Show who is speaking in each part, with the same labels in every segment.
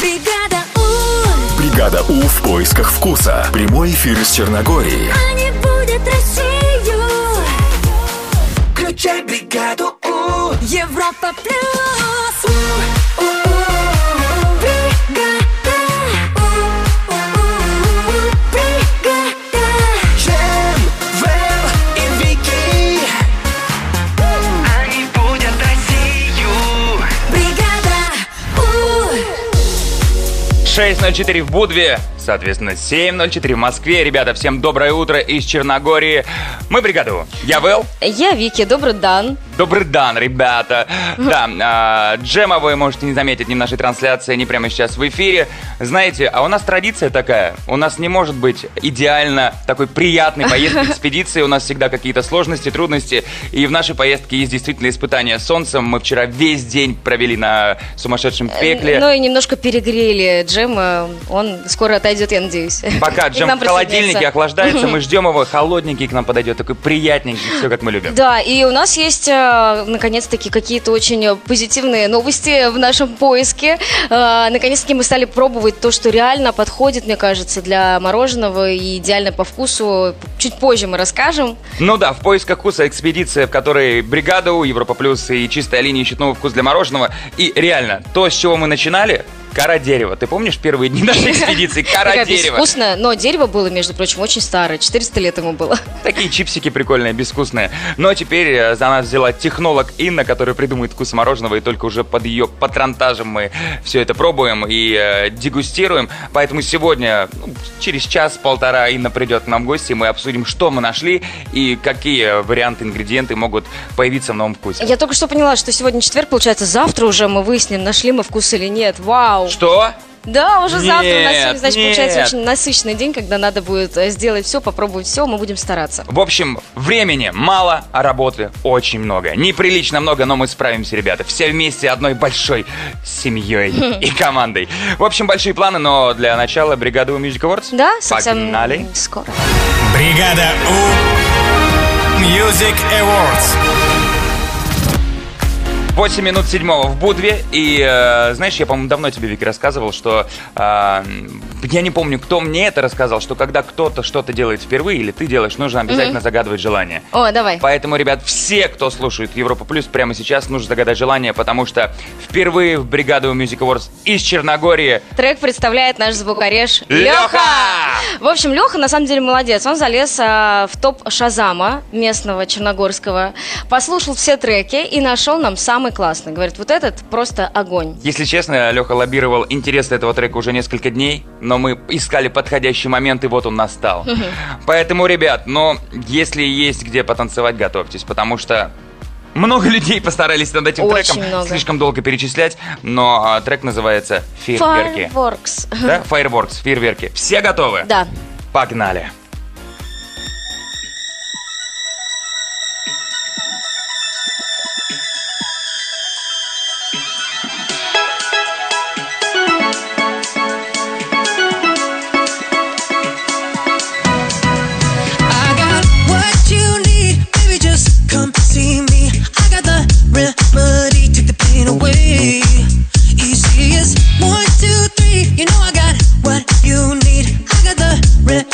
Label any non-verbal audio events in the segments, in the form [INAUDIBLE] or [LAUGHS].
Speaker 1: Бригада У,
Speaker 2: Бригада У в поисках вкуса. Прямой эфир из Черногории.
Speaker 1: они будут а Россию.
Speaker 3: Включай бригаду У.
Speaker 1: Европа плюс. Бригада У, У, У, бригада.
Speaker 3: Джем, Вэл и Вики. Они будут Россию.
Speaker 1: Бригада У.
Speaker 4: 6.04 в Будве, соответственно, 7.04 в Москве. Ребята, всем доброе утро из Черногории. Мы бригаду. Я Вэл.
Speaker 5: Я Вики, добрый дан.
Speaker 4: Добрый дан, ребята. Да, а, Джема вы можете не заметить ни в нашей трансляции, ни прямо сейчас в эфире. Знаете, а у нас традиция такая. У нас не может быть идеально такой приятной поездки, экспедиции. У нас всегда какие-то сложности, трудности. И в нашей поездке есть действительно испытания солнцем. Мы вчера весь день провели на сумасшедшем пекле.
Speaker 5: Ну и немножко перегрели Джема. Он скоро отойдет, я надеюсь.
Speaker 4: Пока
Speaker 5: [LAUGHS] И к
Speaker 4: Джем
Speaker 5: нам
Speaker 4: в холодильнике
Speaker 5: присоединится.
Speaker 4: охлаждается,
Speaker 5: [LAUGHS]
Speaker 4: мы ждем его, холодненький к нам подойдет, такой приятненький, все как мы любим.
Speaker 5: Да, и у нас есть, э, наконец-таки, какие-то очень э, позитивные новости в нашем поиске. Э, Наконец-таки мы стали пробовать то, что реально подходит, мне кажется, для мороженого и идеально по вкусу. Чуть позже мы расскажем.
Speaker 4: Ну да, в поисках вкуса экспедиция, в которой бригада у Европа Плюс и чистая линия ищет новый вкус для мороженого. И реально, то, с чего мы начинали, кора дерева. Ты помнишь первые дни
Speaker 5: [LAUGHS]
Speaker 4: нашей экспедиции? Кора
Speaker 5: Такая
Speaker 4: дерева.
Speaker 5: безвкусная, но дерево было, между прочим, очень старое. 400 лет ему было.
Speaker 4: Такие чипсики прикольные, безвкусные. Но теперь э, за нас взяла технолог Инна, которая придумает вкус мороженого, и только уже под ее патронтажем мы все это пробуем и э, дегустируем. Поэтому сегодня, ну, через час-полтора, Инна придет к нам в гости, и мы обсудим, что мы нашли и какие варианты, ингредиенты могут появиться в новом вкусе.
Speaker 5: Я только что поняла, что сегодня четверг, получается, завтра уже мы выясним, нашли мы вкус или нет. Вау!
Speaker 4: Что?
Speaker 5: Да, уже завтра у нас
Speaker 4: Нет,
Speaker 5: сегодня, значит,
Speaker 4: нет.
Speaker 5: получается очень насыщенный день, когда надо будет э, сделать все, попробовать все, мы будем стараться.
Speaker 4: В общем, времени мало, а работы очень много. Неприлично много, но мы справимся, ребята. Все вместе одной большой семьей и командой. В общем, большие планы, но для начала бригаду Music Awards.
Speaker 5: Да, совсем
Speaker 4: Погнали.
Speaker 5: скоро.
Speaker 6: Бригада У. Music Awards.
Speaker 4: 8 минут седьмого в Будве. И, э, знаешь, я, по-моему, давно тебе, Вики, рассказывал, что... э, я не помню, кто мне это рассказал, что когда кто-то что-то делает впервые или ты делаешь, нужно обязательно загадывать желание.
Speaker 5: О, давай.
Speaker 4: Поэтому, ребят, все, кто слушает Европа Плюс, прямо сейчас нужно загадать желание, потому что впервые в бригаду Music Awards из Черногории
Speaker 5: Трек представляет наш звукореж
Speaker 4: Лёха!
Speaker 5: Леха. В общем, Леха на самом деле молодец. Он залез а, в топ Шазама местного черногорского, послушал все треки и нашел нам самый классный. Говорит, вот этот просто огонь.
Speaker 4: Если честно, Леха лоббировал интерес этого трека уже несколько дней, но мы искали подходящий момент, и вот он
Speaker 5: [LAUGHS]
Speaker 4: настал. Поэтому, ребят, но если есть где потанцевать, готовьтесь, потому что много людей постарались над этим
Speaker 5: Очень
Speaker 4: треком.
Speaker 5: много.
Speaker 4: Слишком долго перечислять, но а, трек называется «Фейерверки».
Speaker 5: Fireworks.
Speaker 4: Да? Fireworks, фейерверки. Все готовы?
Speaker 5: Да.
Speaker 4: Погнали.
Speaker 7: I got what you need, baby. Just come see me. I got the remedy, take the pain away. Easy as one, two, three. You know I got what you need. I got the recipe,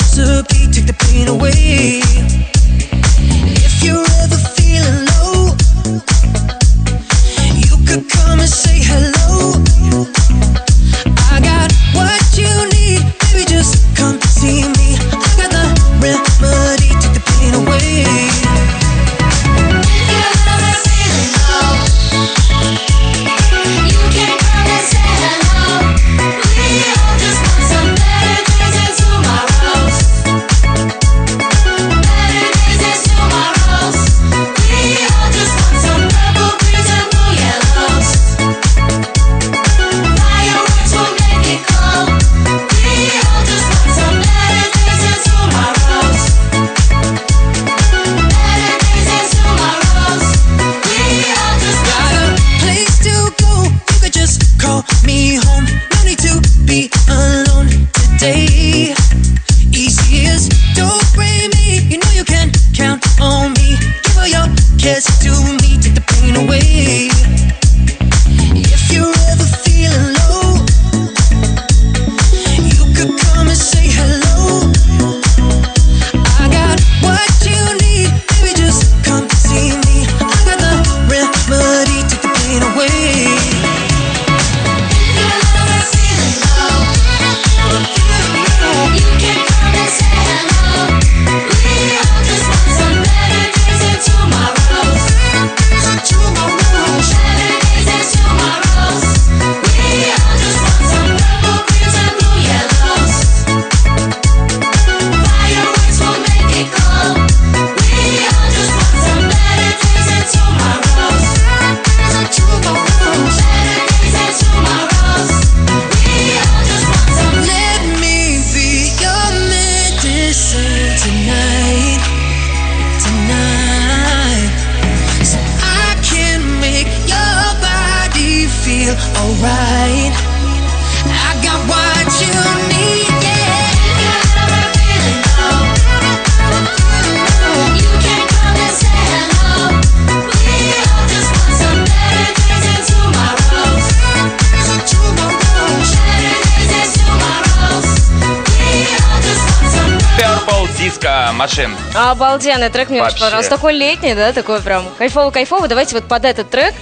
Speaker 4: диско машин.
Speaker 5: Обалденный трек мне очень
Speaker 4: Вообще.
Speaker 5: понравился. Такой летний, да, такой прям кайфово-кайфово. Давайте вот под этот трек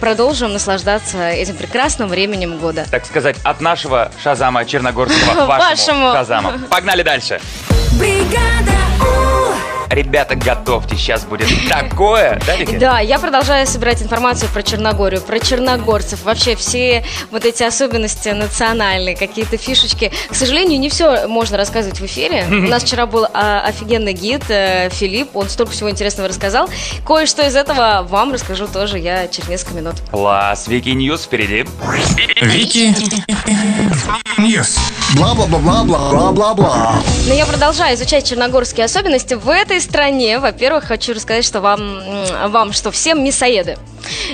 Speaker 5: продолжим наслаждаться этим прекрасным временем года.
Speaker 4: Так сказать, от нашего Шазама
Speaker 5: [LAUGHS]
Speaker 4: Черногорского к вашему,
Speaker 5: Вашему.
Speaker 4: Шазаму. Погнали дальше.
Speaker 1: бригада У,
Speaker 4: Ребята, готовьте, сейчас будет такое, да, Вики?
Speaker 5: Да, я продолжаю собирать информацию про Черногорию, про черногорцев, вообще все вот эти особенности национальные, какие-то фишечки. К сожалению, не все можно рассказывать в эфире. У нас вчера был а, офигенный гид э, Филипп, он столько всего интересного рассказал. Кое-что из этого вам расскажу тоже я через несколько минут.
Speaker 4: Класс, Вики Ньюс впереди.
Speaker 6: Вики Ньюс.
Speaker 2: Бла-бла-бла-бла-бла-бла-бла.
Speaker 5: Но я продолжаю изучать черногорские особенности в этой стране. Во-первых, хочу рассказать, что вам, м, вам что всем мясоеды.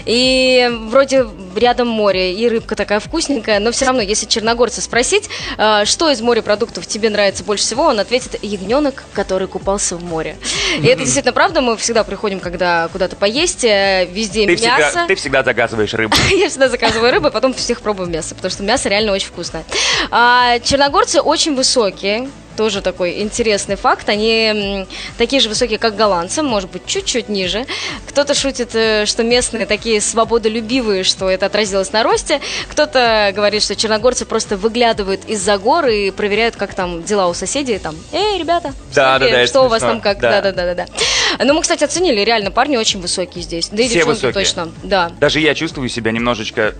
Speaker 5: И вроде рядом море, и рыбка такая вкусненькая, но все равно, если черногорца спросить, э, что из морепродуктов тебе нравится больше всего, он ответит ягненок, который купался в море. И это действительно правда, мы всегда приходим, когда куда-то поесть, э, везде
Speaker 4: Ты
Speaker 5: мясо.
Speaker 4: всегда, ты всегда заказываешь рыбу.
Speaker 5: [LAUGHS] Я всегда заказываю рыбу, а потом всех пробую мясо, потому что мясо реально очень вкусное. А, черногорцы очень высокие. Тоже такой интересный факт. Они м, такие же высокие, как голландцы, может быть, чуть-чуть ниже. Кто-то шутит, э, что местные такие свободолюбивые, что это отразилось на росте. Кто-то говорит, что черногорцы просто выглядывают из-за гор и проверяют, как там дела у соседей. Там, эй, ребята,
Speaker 4: Да, да,
Speaker 5: смотри,
Speaker 4: да, это
Speaker 5: что у вас
Speaker 4: смешно.
Speaker 5: там как?
Speaker 4: Да.
Speaker 5: Да-да-да. Ну, мы, кстати, оценили, реально, парни очень высокие здесь. Да и
Speaker 4: Все
Speaker 5: девчонки
Speaker 4: высокие.
Speaker 5: точно. Да.
Speaker 4: Даже я чувствую себя немножечко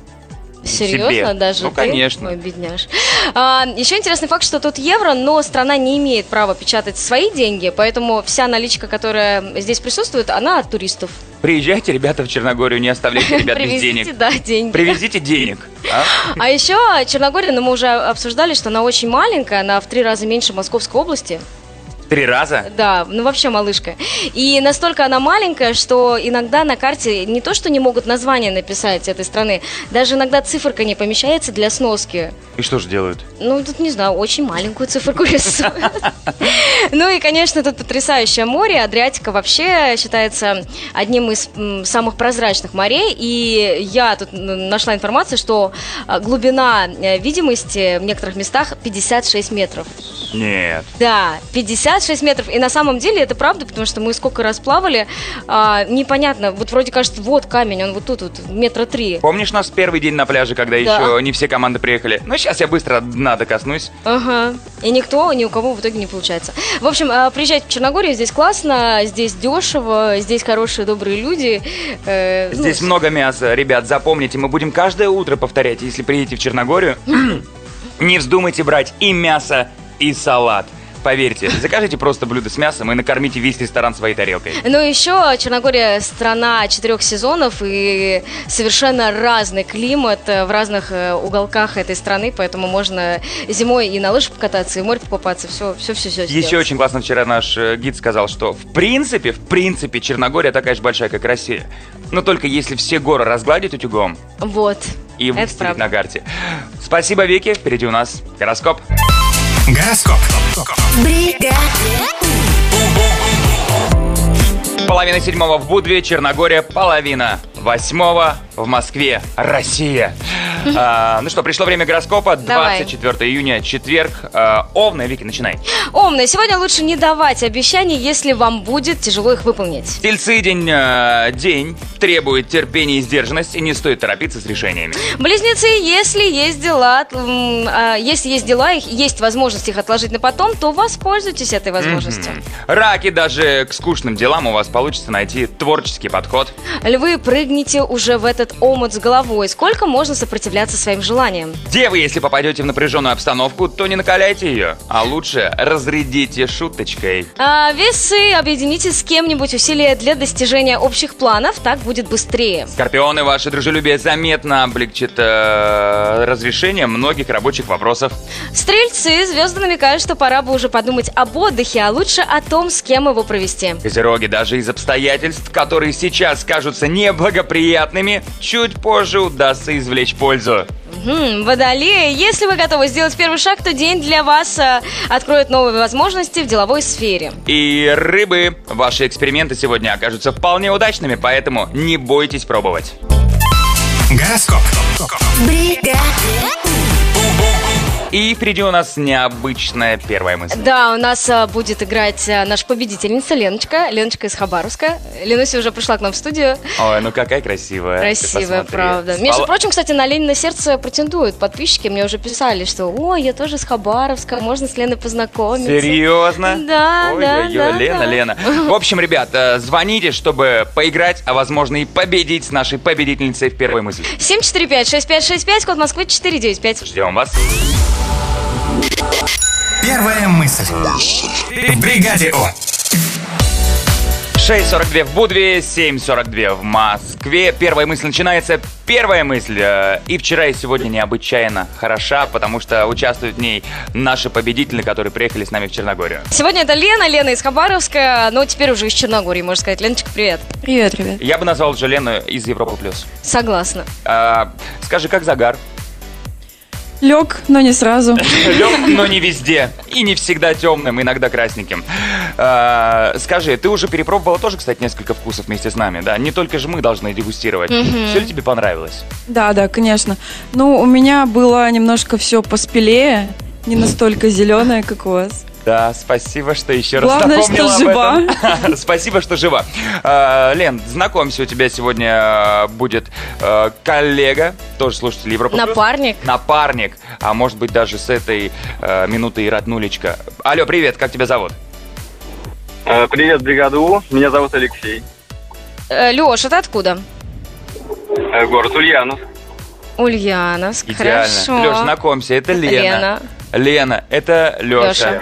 Speaker 5: Серьезно,
Speaker 4: себе.
Speaker 5: даже
Speaker 4: Ну,
Speaker 5: ты?
Speaker 4: конечно.
Speaker 5: Ой, бедняж. А, еще интересный факт, что тут евро, но страна не имеет права печатать свои деньги, поэтому вся наличка, которая здесь присутствует, она от туристов.
Speaker 4: Приезжайте, ребята, в Черногорию, не
Speaker 5: [LAUGHS]
Speaker 4: оставляйте ребят без
Speaker 5: Привезите,
Speaker 4: денег.
Speaker 5: да, деньги.
Speaker 4: Привезите денег. а?
Speaker 5: А еще Черногория, ну, мы уже обсуждали, что она очень маленькая, она в три раза меньше Московской области.
Speaker 4: Три раза.
Speaker 5: Да, ну вообще малышка. И настолько она маленькая, что иногда на карте не то, что не могут название написать этой страны, даже иногда циферка не помещается для сноски.
Speaker 4: И что же делают?
Speaker 5: Ну, тут, не знаю, очень маленькую циферку рисуют. [LAUGHS] Ну и, конечно, тут потрясающее море. Адриатика вообще считается одним из м, самых прозрачных морей. И я тут м, нашла информацию, что а, глубина э, видимости в некоторых местах 56 метров.
Speaker 4: Нет.
Speaker 5: Да, 56 метров. И на самом деле это правда, потому что мы сколько раз плавали, а, непонятно. Вот вроде кажется, вот камень, он вот тут, вот метра три.
Speaker 4: Помнишь нас первый день на пляже, когда
Speaker 5: Да.
Speaker 4: еще не все команды приехали? Ну, сейчас я быстро дна докоснусь.
Speaker 5: Ага. И никто, ни у кого в итоге не получается. В общем, э, приезжайте в Черногорию, здесь классно, здесь дешево, здесь хорошие, добрые люди. Э, ну,
Speaker 4: Здесь много мяса, ребят, запомните, мы будем каждое утро повторять, если приедете в Черногорию, [CLEARS THROAT] не вздумайте брать и мясо, и салат. Поверьте, закажите просто блюдо с мясом и накормите весь ресторан своей тарелкой.
Speaker 5: Ну еще Черногория страна четырех сезонов и совершенно разный климат э, в разных э, уголках этой страны, поэтому можно зимой и на лыжах покататься, и в море покупаться, все, все, все, все.
Speaker 4: Еще очень классно вчера наш э, гид сказал, что в принципе, в принципе, Черногория такая же большая, как Россия. Но только если все горы разгладить утюгом
Speaker 5: Вот.
Speaker 4: и
Speaker 5: Это
Speaker 4: выставить
Speaker 5: правда.
Speaker 4: на карте. Спасибо, Вики. Впереди у нас гороскоп.
Speaker 6: Гороскоп.
Speaker 4: Половина седьмого в Будве, Черногория, половина восьмого в Москве, Россия. А, ну что, пришло время гороскопа.
Speaker 5: Давай.
Speaker 4: 24 июня, четверг. А, Овны, Вики, начинай.
Speaker 5: Умные, сегодня лучше не давать обещаний, если вам будет тяжело их выполнить.
Speaker 4: Тельцы день, э, день требует терпения и сдержанности, не стоит торопиться с решениями.
Speaker 5: Близнецы, если есть дела, м, а, если есть дела, их есть возможность их отложить на потом, то воспользуйтесь этой возможностью.
Speaker 4: Раки, даже к скучным делам у вас получится найти творческий подход.
Speaker 5: Львы, прыгните уже в этот омут с головой. Сколько можно сопротивляться своим желаниям?
Speaker 4: Девы, если попадете в напряженную обстановку, то не накаляйте ее, а лучше разрядите шуточкой.
Speaker 5: А, весы, объедините с кем-нибудь усилия для достижения общих планов, так будет быстрее.
Speaker 4: Скорпионы, ваше дружелюбие заметно облегчит э, разрешение многих рабочих вопросов.
Speaker 5: Стрельцы, звезды намекают, что пора бы уже подумать об отдыхе, а лучше о том, с кем его провести.
Speaker 4: Козероги, даже из обстоятельств, которые сейчас кажутся неблагоприятными, чуть позже удастся извлечь пользу.
Speaker 5: Мгм, Хм, водолеи, если вы готовы сделать первый шаг, то день для вас э, откроет новые возможности в деловой сфере.
Speaker 4: И рыбы, ваши эксперименты сегодня окажутся вполне удачными, поэтому не бойтесь пробовать.
Speaker 6: Гороскоп.
Speaker 4: И впереди у нас необычная первая мысль.
Speaker 5: Да, у нас а, будет играть а, наша победительница Леночка. Леночка из Хабаровска. Ленуся уже пришла к нам в студию.
Speaker 4: Ой, ну какая красивая. ты
Speaker 5: Красивая,
Speaker 4: посмотри.
Speaker 5: правда.
Speaker 4: Спала-
Speaker 5: Между прочим, кстати, на Ленина сердце претендуют. Подписчики мне уже писали, что «О, я тоже из Хабаровска, можно с Леной познакомиться».
Speaker 4: Серьезно?
Speaker 5: Да,
Speaker 4: Ой,
Speaker 5: да,
Speaker 4: ой, ой,
Speaker 5: да,
Speaker 4: Лена,
Speaker 5: да.
Speaker 4: Лена. В общем, ребят, э, звоните, чтобы поиграть, а возможно и победить с нашей победительницей в первой мысли.
Speaker 5: 745-6565, код Москвы 495.
Speaker 4: Ждем вас.
Speaker 6: Первая мысль. В бригаде О.
Speaker 4: 6.42 в Будве, 7.42 в Москве. Первая мысль начинается. Первая мысль. э, И вчера, и сегодня необычайно хороша, потому что участвуют в ней наши победители, которые приехали с нами в Черногорию.
Speaker 5: Сегодня это Лена, Лена из Хабаровска, но теперь уже из Черногории, можно сказать. Леночка, привет.
Speaker 8: Привет, ребят.
Speaker 4: Я бы назвал же Лену из Европы+. плюс.
Speaker 5: Согласна.
Speaker 4: А, скажи, как загар?
Speaker 8: Лег, но не сразу.
Speaker 4: Лег, но не везде. И не всегда темным, иногда красненьким. А, скажи, ты уже перепробовала тоже, кстати, несколько вкусов вместе с нами, да? Не только же мы должны дегустировать. Все ли тебе понравилось?
Speaker 8: Да, да, конечно. Ну, у меня было немножко все поспелее, не настолько зеленое, как у вас.
Speaker 4: Да, спасибо, что еще
Speaker 8: Главное,
Speaker 4: раз напомнила
Speaker 8: что
Speaker 4: об этом. [LAUGHS] спасибо, что жива. А, Лен, знакомься, у тебя сегодня э, будет э, коллега, тоже слушатель Европы. Плюс.
Speaker 5: Напарник.
Speaker 4: Напарник, а может быть даже с этой э, минуты и роднулечка. Алло, привет, как тебя зовут?
Speaker 9: Э, Привет, бригаду. У. Меня зовут Алексей.
Speaker 5: Леш, это откуда?
Speaker 9: Э, Город Ульянов.
Speaker 5: Ульяновск.
Speaker 4: Идеально.
Speaker 5: Хорошо.
Speaker 4: Леш, знакомься, это Лена. Лена, это Леша.
Speaker 5: Лёша.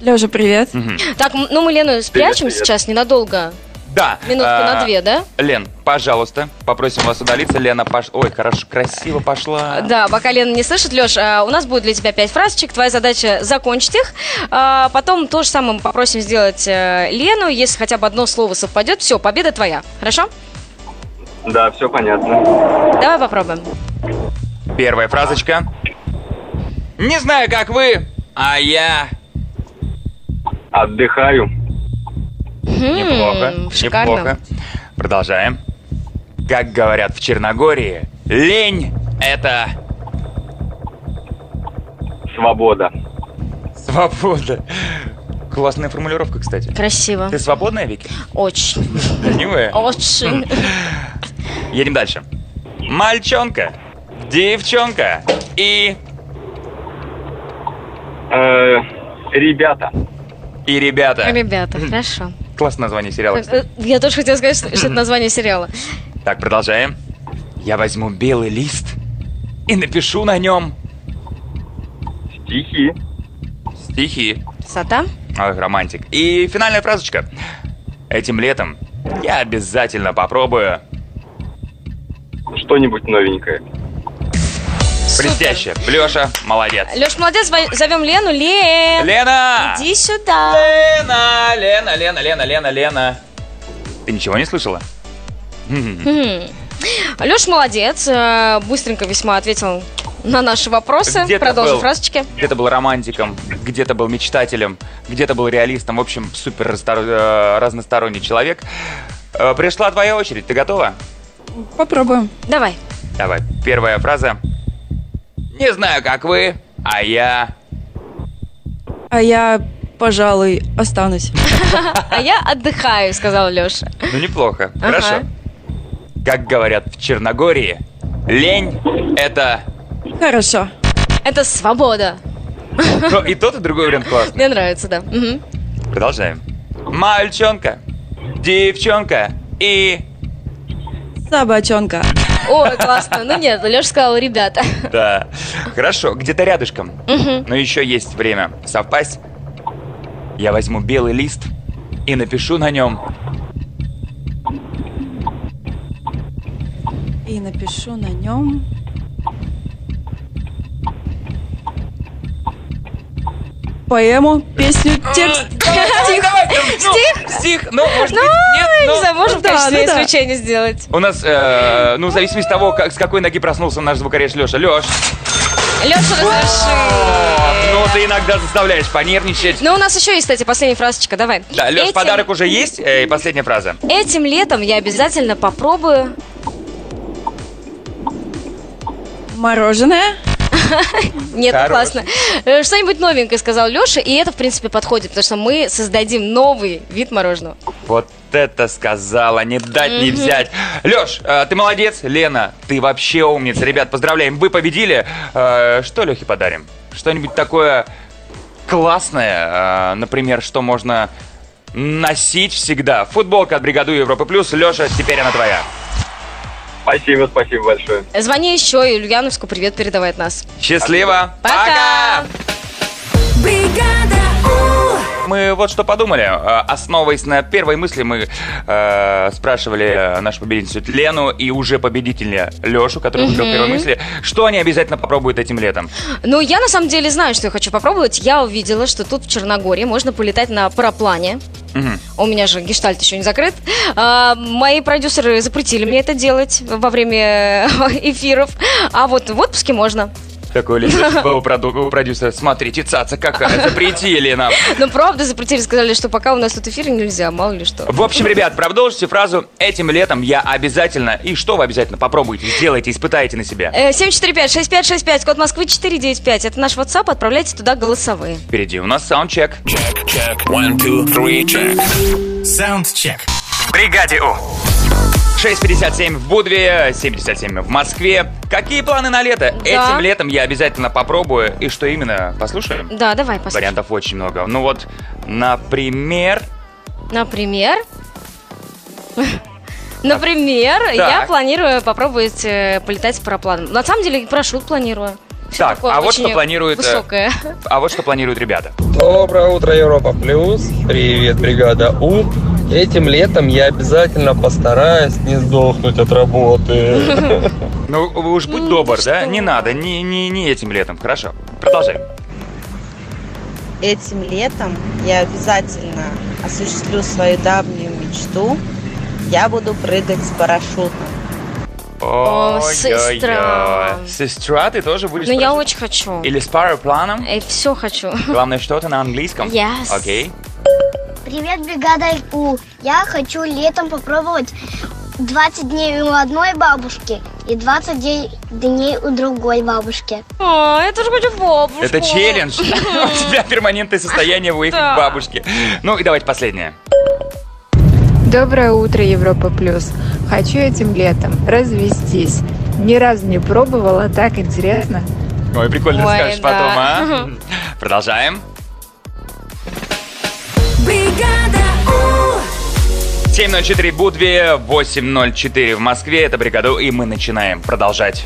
Speaker 8: Лежа, привет.
Speaker 5: Так, м- ну мы Лену спрячем
Speaker 9: привет.
Speaker 5: сейчас ненадолго.
Speaker 4: Да.
Speaker 5: Минутку
Speaker 4: а,
Speaker 5: на две, да?
Speaker 4: Лен, пожалуйста, попросим вас удалиться. Лена, пош... ой, хорошо, красиво пошла.
Speaker 5: Да, пока Лена не слышит, Леш, у нас будет для тебя пять фразочек. Твоя задача закончить их. А, Потом то же самое мы попросим сделать э, Лену. Если хотя бы одно слово совпадет, все, победа твоя. Хорошо?
Speaker 9: Да, все понятно.
Speaker 5: Давай попробуем.
Speaker 4: Первая фразочка. Не знаю, как вы, а я...
Speaker 9: Отдыхаю.
Speaker 4: Неплохо,
Speaker 5: шикарно.
Speaker 4: неплохо. Продолжаем. Как говорят в Черногории, лень — это
Speaker 9: Свобода.
Speaker 4: свобода. Классная формулировка, кстати.
Speaker 5: Красиво.
Speaker 4: Ты свободная, Вики?
Speaker 5: Очень.
Speaker 4: Ленивая? [LAUGHS]
Speaker 5: Очень.
Speaker 4: Едем дальше. Мальчонка, девчонка и...
Speaker 9: Э, Ребята.
Speaker 4: И ребята.
Speaker 5: Ребята, хорошо.
Speaker 4: Классное название сериала. кстати.
Speaker 5: Э, Я тоже хотела сказать, что что это название сериала.
Speaker 4: Так, продолжаем. Я возьму белый лист и напишу на нем
Speaker 9: Стихи.
Speaker 4: стихи.
Speaker 5: Красота.
Speaker 4: Ой, романтик. И финальная фразочка. Этим летом я обязательно попробую.
Speaker 9: Что-нибудь новенькое.
Speaker 4: Блестяще. Леша, молодец.
Speaker 5: Леш, молодец, зва- зовем Лену. Лен,
Speaker 4: Лена!
Speaker 5: иди сюда.
Speaker 4: Лена, Лена, Лена, Лена, Лена, Лена. Ты ничего не слышала?
Speaker 5: Леш, молодец. э, Быстренько весьма ответил на наши вопросы.
Speaker 4: Где ты
Speaker 5: Продолжим
Speaker 4: был?
Speaker 5: фразочки.
Speaker 4: Где-то был романтиком, где-то был мечтателем, где-то был реалистом. В общем, супер расторо- э, разносторонний человек. Э, Пришла твоя очередь. Ты готова?
Speaker 8: Попробуем.
Speaker 5: Давай.
Speaker 4: Давай, первая фраза. Не знаю, как вы, а я...
Speaker 8: А я, пожалуй, останусь.
Speaker 5: А я отдыхаю, сказал Леша.
Speaker 4: Ну, неплохо.
Speaker 5: Ага.
Speaker 4: Хорошо. Как говорят в Черногории, лень — это...
Speaker 8: Хорошо.
Speaker 5: Это свобода.
Speaker 4: Ну, И тот, и другой вариант классный.
Speaker 5: Мне нравится, да. Мгм.
Speaker 4: Продолжаем. Мальчонка, девчонка и...
Speaker 8: Собачонка.
Speaker 5: Ой, классно. Ну нет, Леша сказал, ребята. [LAUGHS]
Speaker 4: Да. Хорошо, где-то рядышком. Но еще есть время совпасть. Я возьму белый лист и напишу на нем
Speaker 8: И напишу на нем. Поэму, песню, текст.
Speaker 4: Стих? Стих? Ну, может быть, нет,
Speaker 5: Не
Speaker 4: но-
Speaker 5: знаю, можно,
Speaker 8: ну да,
Speaker 5: конечно,
Speaker 8: ну да.
Speaker 5: исключение сделать.
Speaker 4: У нас, э, ну, в зависимости от того, как, с какой ноги проснулся наш звукореж Леша. Леш,
Speaker 5: Леша, разреши.
Speaker 4: ну ты иногда заставляешь понервничать.
Speaker 5: Ну, у нас еще есть, кстати, последняя фразочка. Давай.
Speaker 4: Да, Леш,
Speaker 5: Этим-
Speaker 4: подарок уже есть? Э, и последняя фраза.
Speaker 5: Этим летом я обязательно попробую.
Speaker 8: Мороженое.
Speaker 5: Нет, ну
Speaker 4: Хорош.
Speaker 5: классно. Э, Что-нибудь новенькое сказал Леша, и это, в принципе, подходит, потому что мы создадим новый вид мороженого.
Speaker 4: Вот это сказала, не дать, не взять. Леш, ты молодец, Лена, ты вообще умница. Ребят, поздравляем, вы победили. Э, Что Лехе подарим? Что-нибудь такое классное, э, например, что можно носить всегда. Футболка от бригаду Европы Плюс. Леша, теперь она твоя.
Speaker 9: Спасибо, спасибо большое.
Speaker 5: Звони еще, и Ульяновску привет передавай от нас.
Speaker 4: Счастливо.
Speaker 5: Пока!
Speaker 1: бригада У,
Speaker 4: Мы вот что подумали, э, основываясь на первой мысли, мы э, спрашивали э, нашу победительницу Лену и уже победителя Лешу, который выбрал первой мысли, что они обязательно попробуют этим летом.
Speaker 5: Ну, я на самом деле знаю, что я хочу попробовать. Я увидела, что тут в Черногории можно полетать на параплане.
Speaker 4: Мгм.
Speaker 5: У меня же гештальт еще не закрыт. А, мои продюсеры запретили мне это делать во время [LAUGHS] эфиров. А вот в отпуске можно.
Speaker 4: Такой летит у проду- у продюсера, смотрите, цаца какая, запретили нам.
Speaker 5: Но Ну, правда запретили, сказали, что пока у нас тут эфир нельзя, мало ли что.
Speaker 4: В общем, ребят, продолжите фразу «Этим летом я обязательно...» И что вы обязательно попробуете, сделайте, испытайте на себе.
Speaker 5: Э, 745-6565, код Москвы 495. Это наш WhatsApp, отправляйте туда голосовые.
Speaker 4: Впереди у нас саундчек.
Speaker 6: Саундчек.
Speaker 4: Бригаде У. 6.57 в Будве, 77 в Москве. Какие планы на лето?
Speaker 5: Да.
Speaker 4: Этим летом я обязательно попробую. И что именно? Послушаем?
Speaker 5: Да, давай посмотрим.
Speaker 4: Вариантов очень много. Ну вот, например...
Speaker 5: Например? [LAUGHS] Например, я
Speaker 4: Так.
Speaker 5: планирую попробовать э, полетать с парапланом. На самом деле, и парашют планирую. Всё
Speaker 4: Так,
Speaker 5: такое
Speaker 4: а вот что
Speaker 5: очень
Speaker 4: планирует, э, [LAUGHS]
Speaker 5: Высокое.
Speaker 4: А вот что планируют ребята.
Speaker 10: Доброе утро, Европа Плюс. Привет, бригада У. Этим летом я обязательно постараюсь не сдохнуть от работы.
Speaker 4: Ну, вы уж будь
Speaker 5: Ну,
Speaker 4: добр,
Speaker 5: ты
Speaker 4: да?
Speaker 5: что?
Speaker 4: Не надо, не, не, не этим летом. Хорошо, продолжаем.
Speaker 11: Этим летом я обязательно осуществлю свою давнюю мечту. Я буду прыгать с парашютом.
Speaker 5: О, сестра.
Speaker 4: Ой-ой-ой. Сестра, ты тоже будешь...
Speaker 5: Ну, я
Speaker 4: спрашивать?
Speaker 5: очень хочу.
Speaker 4: Или с
Speaker 11: [LAUGHS]
Speaker 4: парапланом?
Speaker 5: И все хочу. [LAUGHS]
Speaker 4: Главное, что-то на английском.
Speaker 5: Yes.
Speaker 4: Окей.
Speaker 11: Привет, бригада У. Я хочу летом попробовать 20 дней у одной бабушки и 20 дней- дней у другой бабушки.
Speaker 5: О, я тоже хочу бабушку.
Speaker 4: Это
Speaker 11: [LAUGHS]
Speaker 4: челлендж. У тебя перманентное состояние в их
Speaker 5: Да.
Speaker 4: бабушки. Ну и давайте последнее.
Speaker 11: Доброе утро, Европа Плюс. Хочу этим летом развестись. Ни разу не пробовала, так интересно.
Speaker 4: Ой, прикольно
Speaker 5: Ой,
Speaker 4: расскажешь
Speaker 5: да.
Speaker 4: потом, а?
Speaker 11: [LAUGHS]
Speaker 4: Продолжаем.
Speaker 1: бригада У,
Speaker 4: 7.04 в Будве, 8.04 в Москве. Это бригаду, и мы начинаем продолжать.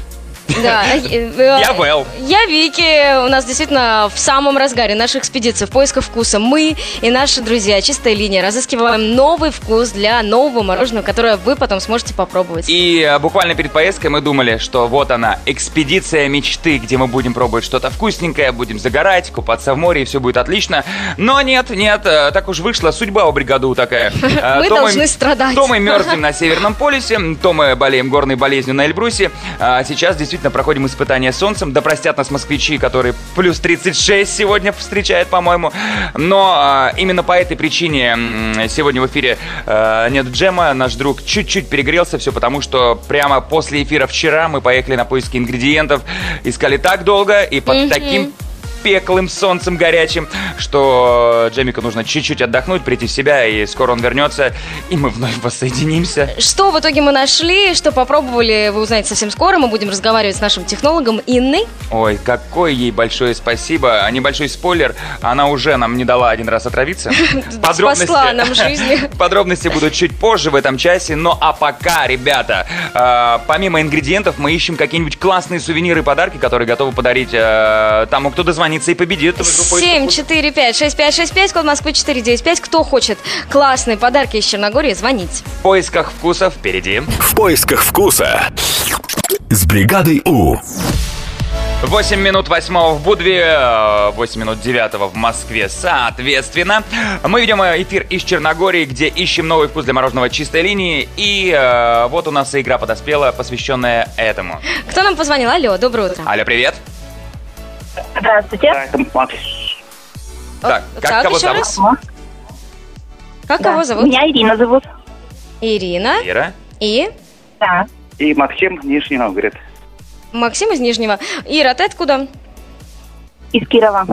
Speaker 4: [LAUGHS]
Speaker 5: Да. Я
Speaker 4: Я Вэл.
Speaker 5: Я Вики. У нас действительно в самом разгаре наша экспедиция в поисках вкуса. Мы и наши друзья «Чистая линия» разыскиваем новый вкус для нового мороженого, которое вы потом сможете попробовать.
Speaker 4: И э, буквально перед поездкой мы думали, что вот она, экспедиция мечты, где мы будем пробовать что-то вкусненькое, будем загорать, купаться в море, и все будет отлично. Но нет, нет, э, так уж вышло, судьба у бригаду такая. Э,
Speaker 5: Мы
Speaker 4: то
Speaker 5: должны страдать.
Speaker 4: То мы мерзнем на Северном полюсе, то мы болеем горной болезнью на Эльбрусе. А сейчас действительно проходим испытания солнцем. Да простят нас москвичи, которые плюс 36 сегодня встречают, по-моему. Но а, именно по этой причине м, сегодня в эфире э, нет джема. Наш друг чуть-чуть перегрелся. Все потому, что прямо после эфира вчера мы поехали на поиски ингредиентов. Искали так долго и под таким пеклым солнцем горячим, что Джемику нужно чуть-чуть отдохнуть, прийти в себя, и скоро он вернется, и мы вновь воссоединимся.
Speaker 5: Что в итоге мы нашли, что попробовали, вы узнаете совсем скоро. Мы будем разговаривать с нашим технологом Инной.
Speaker 4: Ой, какое ей большое спасибо. А небольшой спойлер, она уже нам не дала один раз
Speaker 5: [LAUGHS]
Speaker 4: отравиться.
Speaker 5: Спасла нам жизнь.
Speaker 4: [LAUGHS] Подробности будут чуть позже в этом часе. Ну а пока, ребята, э, помимо ингредиентов мы ищем какие-нибудь классные сувениры и подарки, которые готовы подарить э, тому, кто дозвонится и победит. в игру поиска
Speaker 5: 7,
Speaker 4: вкуса.
Speaker 5: 4, 5, 6, 5, 6, 5, код Москвы 495. Кто хочет классные подарки из Черногории, звоните.
Speaker 4: В поисках вкусов впереди.
Speaker 2: В поисках вкуса. С бригадой У.
Speaker 4: 8 минут 8 в Будве, э, 8 минут 9 в Москве, соответственно. Мы ведем э, эфир из Черногории, где ищем новый вкус для мороженого чистой линии. И э, вот у нас и игра подоспела, посвященная этому.
Speaker 5: Кто нам позвонил? Алло, доброе утро.
Speaker 4: Алло, привет.
Speaker 11: Здравствуйте.
Speaker 4: Так,
Speaker 5: О,
Speaker 4: как кого
Speaker 5: еще
Speaker 4: зовут?
Speaker 5: раз? Как кого зовут?
Speaker 11: Меня Ирина зовут.
Speaker 5: Ирина.
Speaker 4: Ира.
Speaker 5: И?
Speaker 11: Да.
Speaker 9: И Максим Нижний Новгород.
Speaker 5: Максим из Нижнего. Ира, ты откуда?
Speaker 12: Из Кирова.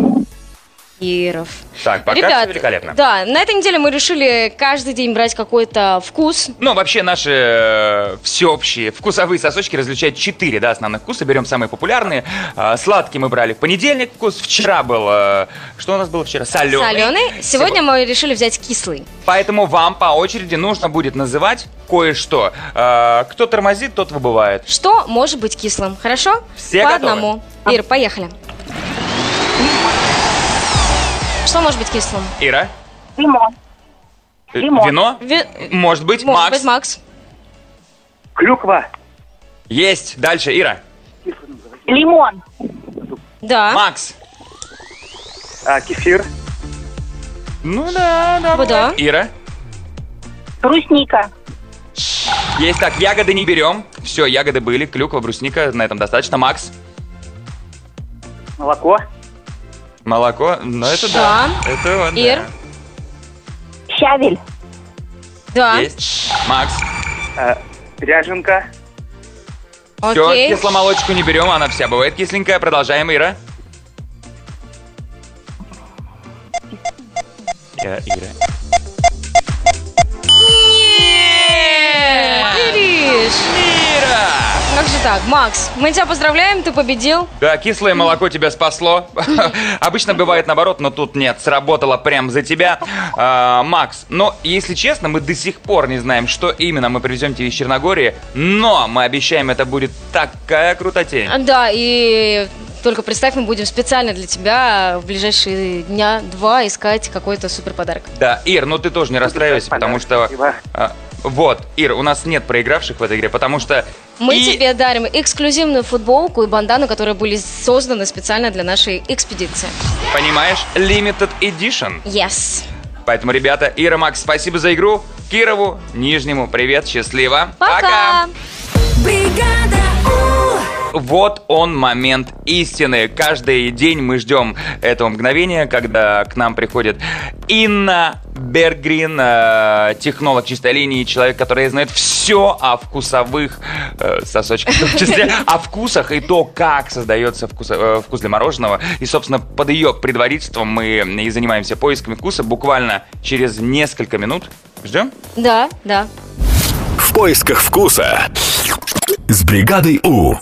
Speaker 5: Киров.
Speaker 4: Так, пока
Speaker 5: Ребят,
Speaker 4: все великолепно.
Speaker 5: Да, на этой неделе мы решили каждый день брать какой-то вкус.
Speaker 4: Ну, вообще, наши э, всеобщие вкусовые сосочки различают четыре да, основных вкуса. Берем самые популярные. Э, сладкий мы брали в понедельник вкус. Вчера был... э, что у нас было вчера? Соленый.
Speaker 5: Соленый. Сегодня мы решили взять кислый.
Speaker 4: Поэтому вам по очереди нужно будет называть кое-что. Э, кто тормозит, тот выбывает.
Speaker 5: Что может быть кислым? Хорошо?
Speaker 4: Все
Speaker 5: По
Speaker 4: готовы?
Speaker 5: одному. Ир, поехали. Что может быть кислым?
Speaker 4: Ира?
Speaker 12: Лимон.
Speaker 4: э, Вино? Может быть,
Speaker 5: Может
Speaker 4: Макс?
Speaker 5: быть, Макс.
Speaker 4: Клюква. Есть. Дальше, Ира.
Speaker 12: Лимон.
Speaker 5: Да.
Speaker 4: Макс.
Speaker 9: а, кефир.
Speaker 4: Ну да, да.
Speaker 5: Вода.
Speaker 4: Ира.
Speaker 12: Брусника.
Speaker 4: Есть так, ягоды не берем. Все, ягоды были, клюква, брусника, на этом достаточно. Макс,
Speaker 9: Молоко.
Speaker 4: молоко, ну это да. Это он, да.
Speaker 5: Ир.
Speaker 12: Щавель.
Speaker 5: Да.
Speaker 4: Есть. Макс.
Speaker 9: э, Ряженка.
Speaker 4: Все,
Speaker 5: Окей.
Speaker 4: кисломолочку не берем, она вся бывает кисленькая. Продолжаем, Ира. Я, Ира.
Speaker 5: Ириш. Как же так? Макс, мы тебя поздравляем, ты победил.
Speaker 4: Да, кислое молоко тебя спасло. [LAUGHS] Обычно бывает наоборот, но тут нет, сработало прям за тебя. А, Макс, но если честно, мы до сих пор не знаем, что именно мы привезем тебе из Черногории, но мы обещаем, это будет такая крутотень.
Speaker 5: Да, и только представь, мы будем специально для тебя в ближайшие дня два искать какой-то супер подарок.
Speaker 4: Да, Ир, ну ты тоже не расстраивайся, потому что... а, Вот, Ир, у нас нет проигравших в этой игре, потому что...
Speaker 5: Мы
Speaker 4: и-
Speaker 5: тебе дарим эксклюзивную футболку и бандану, которые были созданы специально для нашей экспедиции.
Speaker 4: Понимаешь, limited edition.
Speaker 5: Yes.
Speaker 4: Поэтому, ребята, Ира, Макс, спасибо за игру. Кирову, Нижнему, привет, счастливо.
Speaker 1: Пока! Бригада У!
Speaker 4: Вот он момент истины. Каждый день мы ждем этого мгновения, когда к нам приходит Инна Бергрин, э, технолог чистой линии, человек, который знает все о вкусовых э, сосочках, в том числе о вкусах и то, как создается вкус, э, вкус для мороженого. И, собственно, под ее предварительством мы и занимаемся поисками вкуса буквально через несколько минут. Ждем?
Speaker 5: Да, да.
Speaker 2: В поисках вкуса. С бригадой У.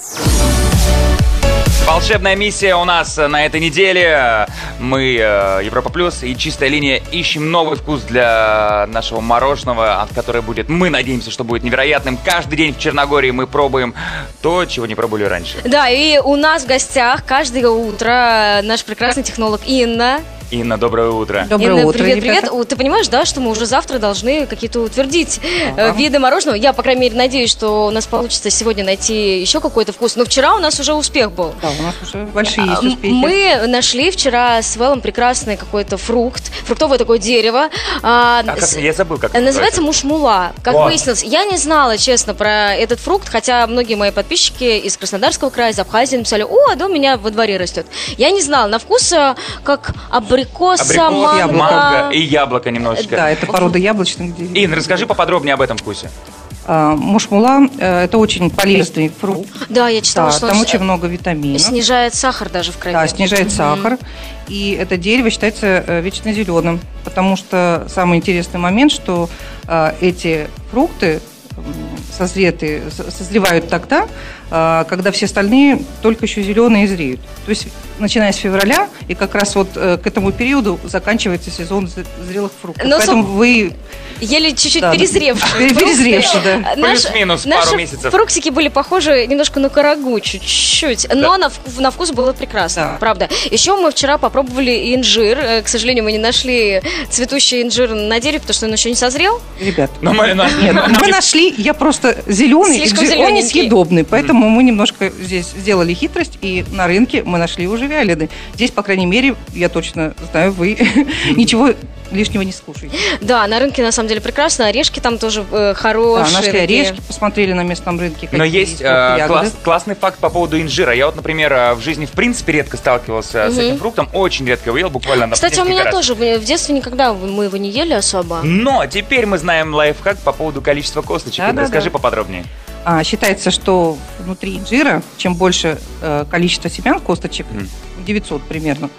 Speaker 4: Волшебная миссия у нас э, на этой неделе. Мы э, Европа Плюс и Чистая линия ищем новый вкус для нашего мороженого, от которой будет, мы надеемся, что будет невероятным. Каждый день в Черногории мы пробуем то, чего не пробовали раньше.
Speaker 5: Да, и у нас в гостях каждое утро наш прекрасный технолог Инна.
Speaker 4: Инна, доброе утро.
Speaker 5: Инна, привет, привет. У, Ты понимаешь, да, что мы уже завтра должны какие-то утвердить э, виды мороженого? Я, по крайней мере, надеюсь, что у нас получится сегодня найти еще какой-то вкус. Но вчера у нас уже успех был. А,
Speaker 13: Да, у нас уже большие есть
Speaker 5: М-
Speaker 13: успехи.
Speaker 5: Мы нашли вчера с Вэллом прекрасный какой-то фрукт, фруктовое такое дерево. А,
Speaker 4: А как-
Speaker 5: с-
Speaker 4: я забыл,
Speaker 13: Э,
Speaker 4: как это
Speaker 5: Называется мушмула. Как
Speaker 4: О.
Speaker 5: выяснилось, я не знала, честно, про этот фрукт, хотя многие мои подписчики из Краснодарского края, из Абхазии написали, о, да, у меня во дворе растет. Я не знала, на вкус э, как абрикос,
Speaker 4: Абрикос,
Speaker 5: манго.
Speaker 4: манго и яблоко немножечко.
Speaker 13: Да, это порода яблочных деревьев.
Speaker 4: Ин, расскажи поподробнее об этом вкусе.
Speaker 13: А, Мушмула – это очень полезный фрукт.
Speaker 5: Да, я читала,
Speaker 13: Да,
Speaker 5: что
Speaker 13: там
Speaker 5: он
Speaker 13: очень много витаминов.
Speaker 5: снижает сахар даже в крови.
Speaker 13: Да, снижает сахар. И это дерево считается э, вечно зеленым, потому что самый интересный момент, что э, эти фрукты м, созреты, со- созревают тогда, э, когда все остальные только еще зеленые зреют. То есть начиная с февраля и как раз вот э, к этому периоду заканчивается сезон з- зрелых фруктов.
Speaker 5: Но,
Speaker 13: Поэтому
Speaker 5: соб-
Speaker 13: вы
Speaker 5: Еле чуть-чуть
Speaker 13: Да, да.
Speaker 5: перезревшие.
Speaker 13: Пере- перезревшие, да.
Speaker 5: Наш-
Speaker 4: Плюс-минус пару
Speaker 5: наши
Speaker 4: месяцев.
Speaker 5: фруктики были похожи немножко на карагу, чуть-чуть. Но на, вк- на вкус было прекрасно, правда. Еще мы вчера попробовали инжир. Э, К сожалению, мы не нашли цветущий инжир на дереве, потому что он еще не созрел.
Speaker 13: Ребят,
Speaker 4: Но мы,
Speaker 13: нет, мы нашли, я просто зеленый, и
Speaker 5: Слишком
Speaker 13: дж- он
Speaker 5: зелененький.
Speaker 13: несъедобный, поэтому мы немножко здесь сделали хитрость, и на рынке мы нашли уже вяленый. Здесь, по крайней мере, я точно знаю, вы [LAUGHS] ничего лишнего не скушаете.
Speaker 5: Да, на рынке на самом деле прекрасно. Орешки там тоже э,
Speaker 13: Да,
Speaker 5: хорошие.
Speaker 13: нашли
Speaker 5: такие.
Speaker 13: орешки, посмотрели на местном рынке.
Speaker 4: Но
Speaker 13: какие
Speaker 4: есть э,
Speaker 13: ягоды.
Speaker 4: класс- классный факт по поводу инжира. Я вот, например, э, в жизни в принципе редко сталкивался э, с
Speaker 5: Мгм.
Speaker 4: этим фруктом, очень редко его ел, буквально на
Speaker 5: Кстати, у
Speaker 4: несколько
Speaker 5: меня
Speaker 4: раз.
Speaker 5: тоже э, в детстве никогда мы его не ели особо.
Speaker 4: Но теперь мы знаем лайфхак по поводу количества косточек.
Speaker 5: Да,
Speaker 4: Ин,
Speaker 5: да,
Speaker 4: Расскажи
Speaker 5: да.
Speaker 4: поподробнее.
Speaker 13: А, считается, что внутри инжира, чем больше э, количество семян, косточек, 900 примерно,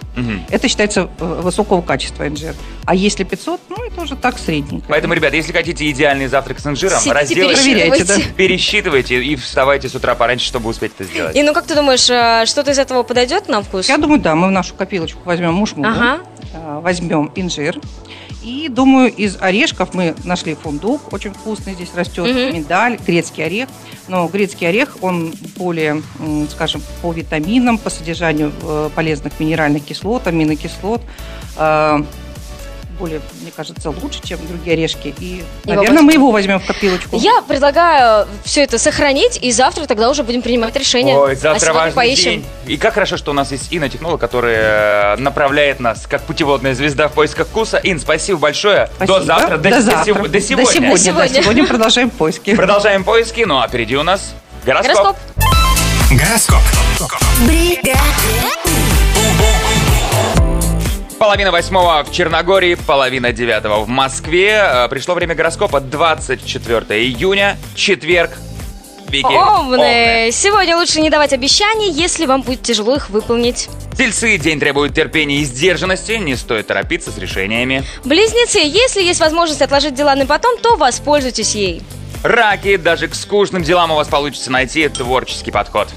Speaker 13: это считается э, высокого качества инжир. А если 500, ну это уже так средненько.
Speaker 4: Поэтому, ребят, если хотите идеальный завтрак с инжиром,
Speaker 5: Сидите,
Speaker 4: разделайте,
Speaker 5: пересчитывайте. Проверяйте, да.
Speaker 4: пересчитывайте и вставайте с утра пораньше, чтобы успеть это сделать.
Speaker 5: И ну как ты думаешь, э, что-то из этого подойдет нам вкус?
Speaker 13: Я думаю, да, мы в нашу копилочку возьмем мушмулу,
Speaker 5: Ага.
Speaker 13: э, возьмем инжир. И, думаю, из орешков мы нашли фундук, очень вкусный здесь растет,
Speaker 14: Мгм.
Speaker 13: миндаль, грецкий орех. Но грецкий орех, он более, м, скажем, по витаминам, по содержанию э, полезных минеральных кислот, аминокислот, э, более, мне кажется, лучше, чем другие орешки. И, наверное,
Speaker 5: возьмем.
Speaker 13: мы его возьмем в копилочку.
Speaker 5: Я предлагаю все это сохранить, и завтра тогда уже будем принимать решение.
Speaker 4: Ой,
Speaker 5: а
Speaker 4: завтра
Speaker 5: сегодня
Speaker 4: важный
Speaker 5: поищем.
Speaker 4: день. И как хорошо, что у нас есть Инна Технолог, которая э, направляет нас как путеводная звезда в поисках вкуса. Ин, спасибо большое.
Speaker 13: Спасибо.
Speaker 4: До завтра.
Speaker 13: До завтра.
Speaker 4: сего-
Speaker 13: До
Speaker 4: До сегодня.
Speaker 13: сегодня, До да, сегодня. сегодня продолжаем поиски.
Speaker 4: Продолжаем поиски. Ну а впереди у нас гороскоп.
Speaker 6: Гороскоп.
Speaker 1: Бригада.
Speaker 4: Половина восьмого в Черногории, половина девятого в Москве. Э, Пришло время гороскопа 24 июня, четверг. Беги.
Speaker 5: Овны. Сегодня лучше не давать обещаний, если вам будет тяжело их выполнить.
Speaker 4: Тельцы день требует терпения и сдержанности, не стоит торопиться с решениями.
Speaker 5: Близнецы, если есть возможность отложить дела на потом, то воспользуйтесь ей.
Speaker 4: Раки, даже к скучным делам у вас получится найти творческий подход.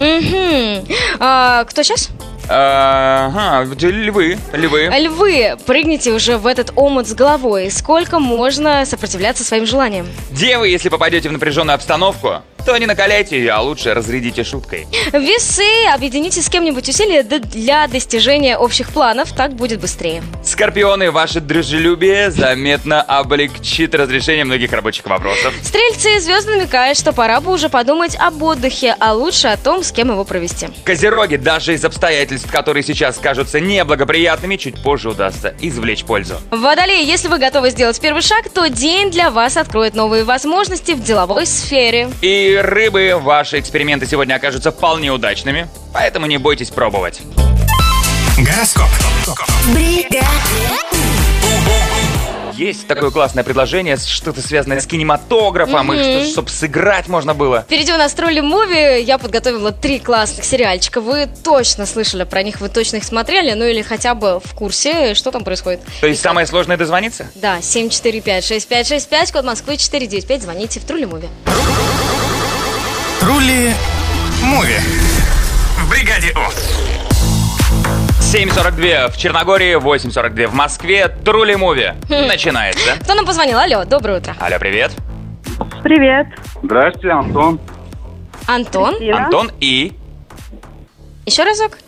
Speaker 5: Мгм. А, кто сейчас?
Speaker 4: Ага, львы,
Speaker 5: Э.
Speaker 4: львы.
Speaker 5: Львы, прыгните уже в этот омут с головой. Сколько можно сопротивляться своим желаниям?
Speaker 4: Девы, если попадете в напряженную обстановку, то не накаляйте ее, а лучше разрядите шуткой.
Speaker 5: Весы, объедините с кем-нибудь усилия д- для достижения общих планов, так будет быстрее.
Speaker 4: Скорпионы, ваше дружелюбие заметно облегчит разрешение многих рабочих вопросов.
Speaker 5: Стрельцы, звезды намекают, что пора бы уже подумать об отдыхе, а лучше о том, с кем его провести.
Speaker 4: Козероги, даже из обстоятельств, которые сейчас кажутся неблагоприятными, чуть позже удастся извлечь пользу.
Speaker 5: Водолеи, если вы готовы сделать первый шаг, то день для вас откроет новые возможности в деловой сфере.
Speaker 4: И рыбы, ваши эксперименты сегодня окажутся вполне удачными, поэтому не бойтесь пробовать.
Speaker 6: Гороскоп.
Speaker 1: Бригада.
Speaker 4: Есть такое классное предложение, с- что-то связанное с кинематографом,
Speaker 5: Мгм.
Speaker 4: и чтобы сыграть можно было.
Speaker 5: Впереди у нас тролли муви. Я подготовила три классных сериальчика. Вы точно слышали про них, вы точно их смотрели, ну или хотя бы в курсе, что там происходит.
Speaker 4: То есть самое сложное дозвониться?
Speaker 5: Да, 745-6565, код Москвы 495, звоните в тролли муви.
Speaker 6: Трули Муви. В бригаде У.
Speaker 4: 7.42 в Черногории, 8.42 в Москве. Трули Муви
Speaker 5: Хм.
Speaker 4: начинается.
Speaker 5: Кто нам позвонил? Алло, доброе утро.
Speaker 4: Алло, привет.
Speaker 12: Привет.
Speaker 9: Здравствуйте, Антон.
Speaker 5: Антон?
Speaker 4: Антон и...
Speaker 5: Еще разок.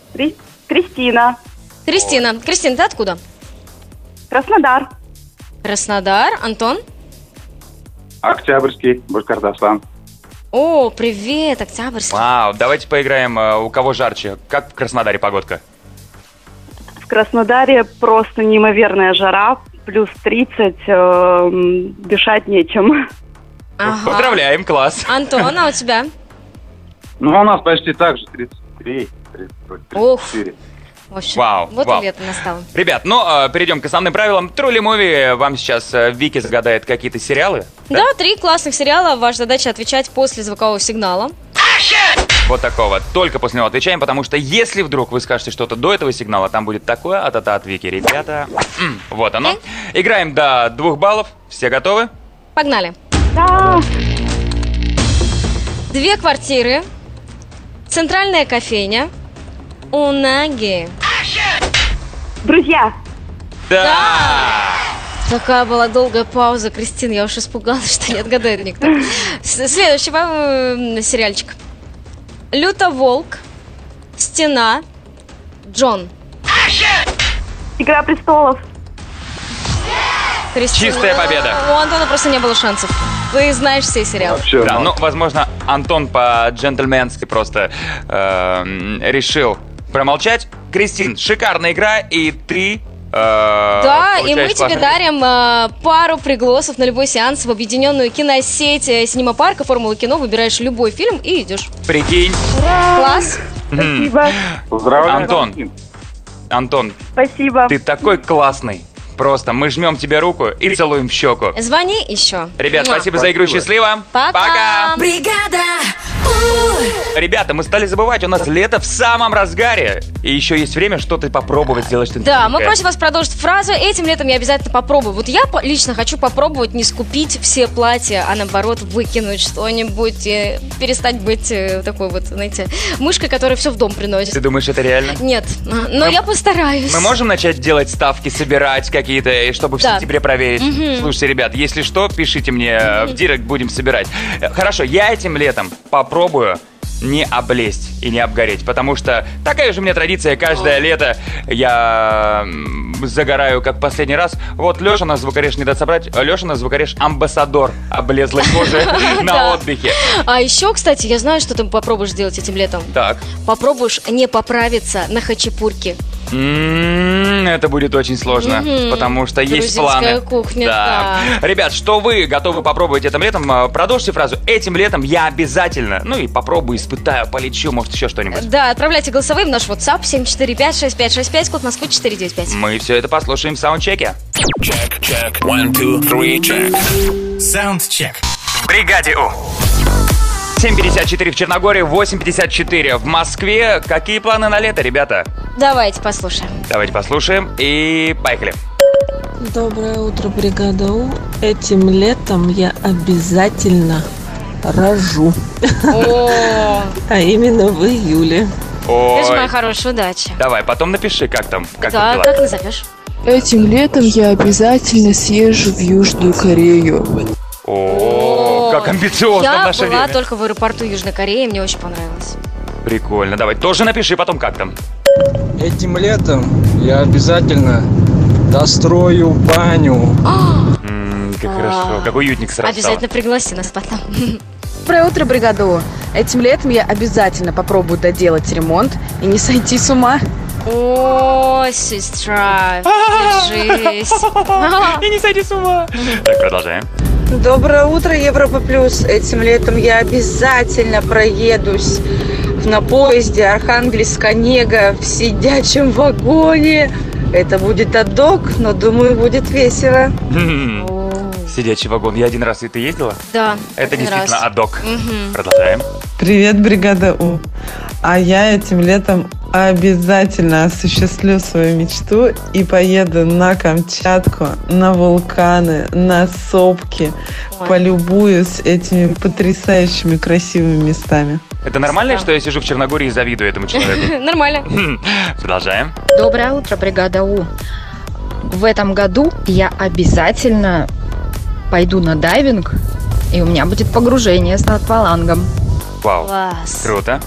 Speaker 12: Кристина.
Speaker 5: Кристина. Кристина, ты откуда?
Speaker 12: Краснодар.
Speaker 5: Краснодар. Антон?
Speaker 9: Октябрьский, Башкортостан.
Speaker 5: О, привет, Октябрьский.
Speaker 4: Вау, давайте поиграем э, у кого жарче. Как в Краснодаре погодка?
Speaker 12: В Краснодаре просто неимоверная жара, плюс 30, эм, дышать нечем.
Speaker 4: Поздравляем, класс.
Speaker 5: Антон, а у тебя?
Speaker 9: Ну, у нас почти так же, 33, 34.
Speaker 5: В общем,
Speaker 4: Вау,
Speaker 5: вот
Speaker 4: вау.
Speaker 5: и лето настало.
Speaker 4: Ребят, ну, э, перейдем к основным правилам. Трули Муви вам сейчас э, Вики загадает какие-то сериалы.
Speaker 5: Да, три классных сериала. Ваша задача отвечать после звукового сигнала.
Speaker 4: Вот такого. Только после него отвечаем, потому что если вдруг вы скажете что-то до этого сигнала, там будет такое а та от Вики. Ребята, м, вот оно. Играем до двух баллов. Все готовы?
Speaker 5: Погнали. Две квартиры, центральная кофейня, унаги.
Speaker 12: Друзья,
Speaker 4: Да!
Speaker 5: Такая была долгая пауза, Кристина, я уж испугалась, что не отгадает никто. С- Следующий вам э, сериальчик. Люто волк, стена, Джон.
Speaker 12: Игра престолов.
Speaker 5: Кристина.
Speaker 4: Чистая победа.
Speaker 5: У Антона просто не было шансов. Ты знаешь все сериалы.
Speaker 4: Да, ну, возможно, Антон по-джентльменски просто эм, решил промолчать. Кристин, шикарная игра, и ты... э,
Speaker 5: Да, и мы
Speaker 4: получаешь
Speaker 5: тебе
Speaker 4: классный-
Speaker 5: дарим э, пару пригласов на любой сеанс в объединенную киносеть э, Синема-парка, Формула кино. Выбираешь любой фильм и идешь.
Speaker 4: Прикинь.
Speaker 5: Класс.
Speaker 4: Спасибо. Антон. Антон,
Speaker 12: Спасибо.
Speaker 4: ты такой классный. Просто мы жмем тебе руку и целуем в щеку.
Speaker 5: Звони еще.
Speaker 4: Ребят,
Speaker 5: Муа.
Speaker 4: спасибо за игру. Счастливо.
Speaker 5: Пока.
Speaker 1: Бригада.
Speaker 4: Ребята, мы стали забывать, у нас лето в самом разгаре. И еще есть время что-то попробовать сделать. что-нибудь
Speaker 5: Да, мы
Speaker 4: новенькое.
Speaker 5: просим вас продолжить фразу. Этим летом я обязательно попробую. Вот я по- лично хочу попробовать не скупить все платья, а наоборот выкинуть что-нибудь и перестать быть э, такой вот, знаете, мышкой, которая все в дом
Speaker 4: Ты
Speaker 5: приносит.
Speaker 4: думаешь, это реально?
Speaker 5: Нет, а, но я постараюсь.
Speaker 4: Мы можем начать делать ставки, собирать какие-то, и чтобы в
Speaker 5: Да.
Speaker 4: сентябре проверить?
Speaker 5: Мгм.
Speaker 4: Слушайте, ребят, если что, пишите мне э, в директ, будем собирать. Э, Хорошо, я этим летом попробую не облезть и не обгореть, потому что такая же у меня традиция, каждое лето я м, загораю, как последний раз. Вот Леша нас звукореж не даст собрать, Леша нас звукореж амбассадор облезлой
Speaker 5: [LAUGHS]
Speaker 4: кожи на
Speaker 5: Да.
Speaker 4: отдыхе.
Speaker 5: А еще, кстати, я знаю, что ты попробуешь делать этим летом.
Speaker 4: Так.
Speaker 5: Попробуешь не поправиться на хачапурке.
Speaker 4: М, М-м, Это будет очень сложно,
Speaker 5: Мгм.
Speaker 4: потому что есть планы.
Speaker 5: Грузинская кухня,
Speaker 4: Ребят, что вы готовы попробовать этим летом? А, Продолжите фразу «Этим летом я обязательно». Ну и попробую, испытаю, полечу, может, еще что-нибудь.
Speaker 5: Да, отправляйте голосовые в наш WhatsApp 7456565, код Москвы 495.
Speaker 4: Мы все это послушаем в саундчеке.
Speaker 6: One, two, three, check. Саундчек. Бригаде У.
Speaker 4: 7.54 в Черногории, 8.54 в Москве. Какие планы на лето, ребята?
Speaker 5: Давайте послушаем.
Speaker 4: Давайте послушаем и поехали.
Speaker 14: Доброе утро, бригада У. Этим летом я обязательно рожу. [LAUGHS] А именно в июле.
Speaker 5: Ты же
Speaker 4: Ой.
Speaker 5: моя хорошая удача.
Speaker 4: Давай, потом напиши, как там, как там
Speaker 5: Да,
Speaker 4: дела.
Speaker 5: как назовешь?
Speaker 15: Этим летом я обязательно съезжу в Южную Корею.
Speaker 4: О, как амбициозно в
Speaker 5: Я
Speaker 4: наше
Speaker 5: была
Speaker 4: время.
Speaker 5: только в аэропорту Южной Кореи, мне очень понравилось.
Speaker 4: Прикольно, давай, тоже напиши потом, как там.
Speaker 16: Этим летом я обязательно дострою баню.
Speaker 4: М, Как
Speaker 17: А.
Speaker 4: хорошо, как уютник сразу стало.
Speaker 5: Обязательно пригласи нас потом.
Speaker 18: Доброе утро, бригаду. Этим летом я обязательно попробую доделать ремонт и не сойти с ума.
Speaker 5: О, сестра,
Speaker 4: [LAUGHS]
Speaker 5: держись.
Speaker 4: И не сойди с ума. Так, продолжаем.
Speaker 17: Доброе утро, Европа Плюс. Этим летом я обязательно проедусь на поезде Архангельск-Онега в сидячем вагоне. Это будет отдок, но думаю, будет весело.
Speaker 4: М, [LAUGHS] Сидячий вагон. Я один раз и ты ездила?
Speaker 5: Да,
Speaker 4: Это
Speaker 17: один
Speaker 4: действительно
Speaker 17: раз.
Speaker 4: адок.
Speaker 17: Мгм.
Speaker 4: Продолжаем.
Speaker 19: Привет, бригада У. А я этим летом обязательно осуществлю свою мечту и поеду на Камчатку, на вулканы, на сопки, полюбуюсь этими потрясающими красивыми местами.
Speaker 4: Это нормально, что я сижу в Черногории и завидую
Speaker 17: [LAUGHS]
Speaker 4: этому человеку?
Speaker 5: [LAUGHS] Нормально.
Speaker 4: Хм, Продолжаем.
Speaker 20: Доброе утро, бригада У. В этом году я обязательно пойду на дайвинг, и у меня будет погружение с аквалангом.
Speaker 4: Вау.
Speaker 20: Класс.
Speaker 4: Круто.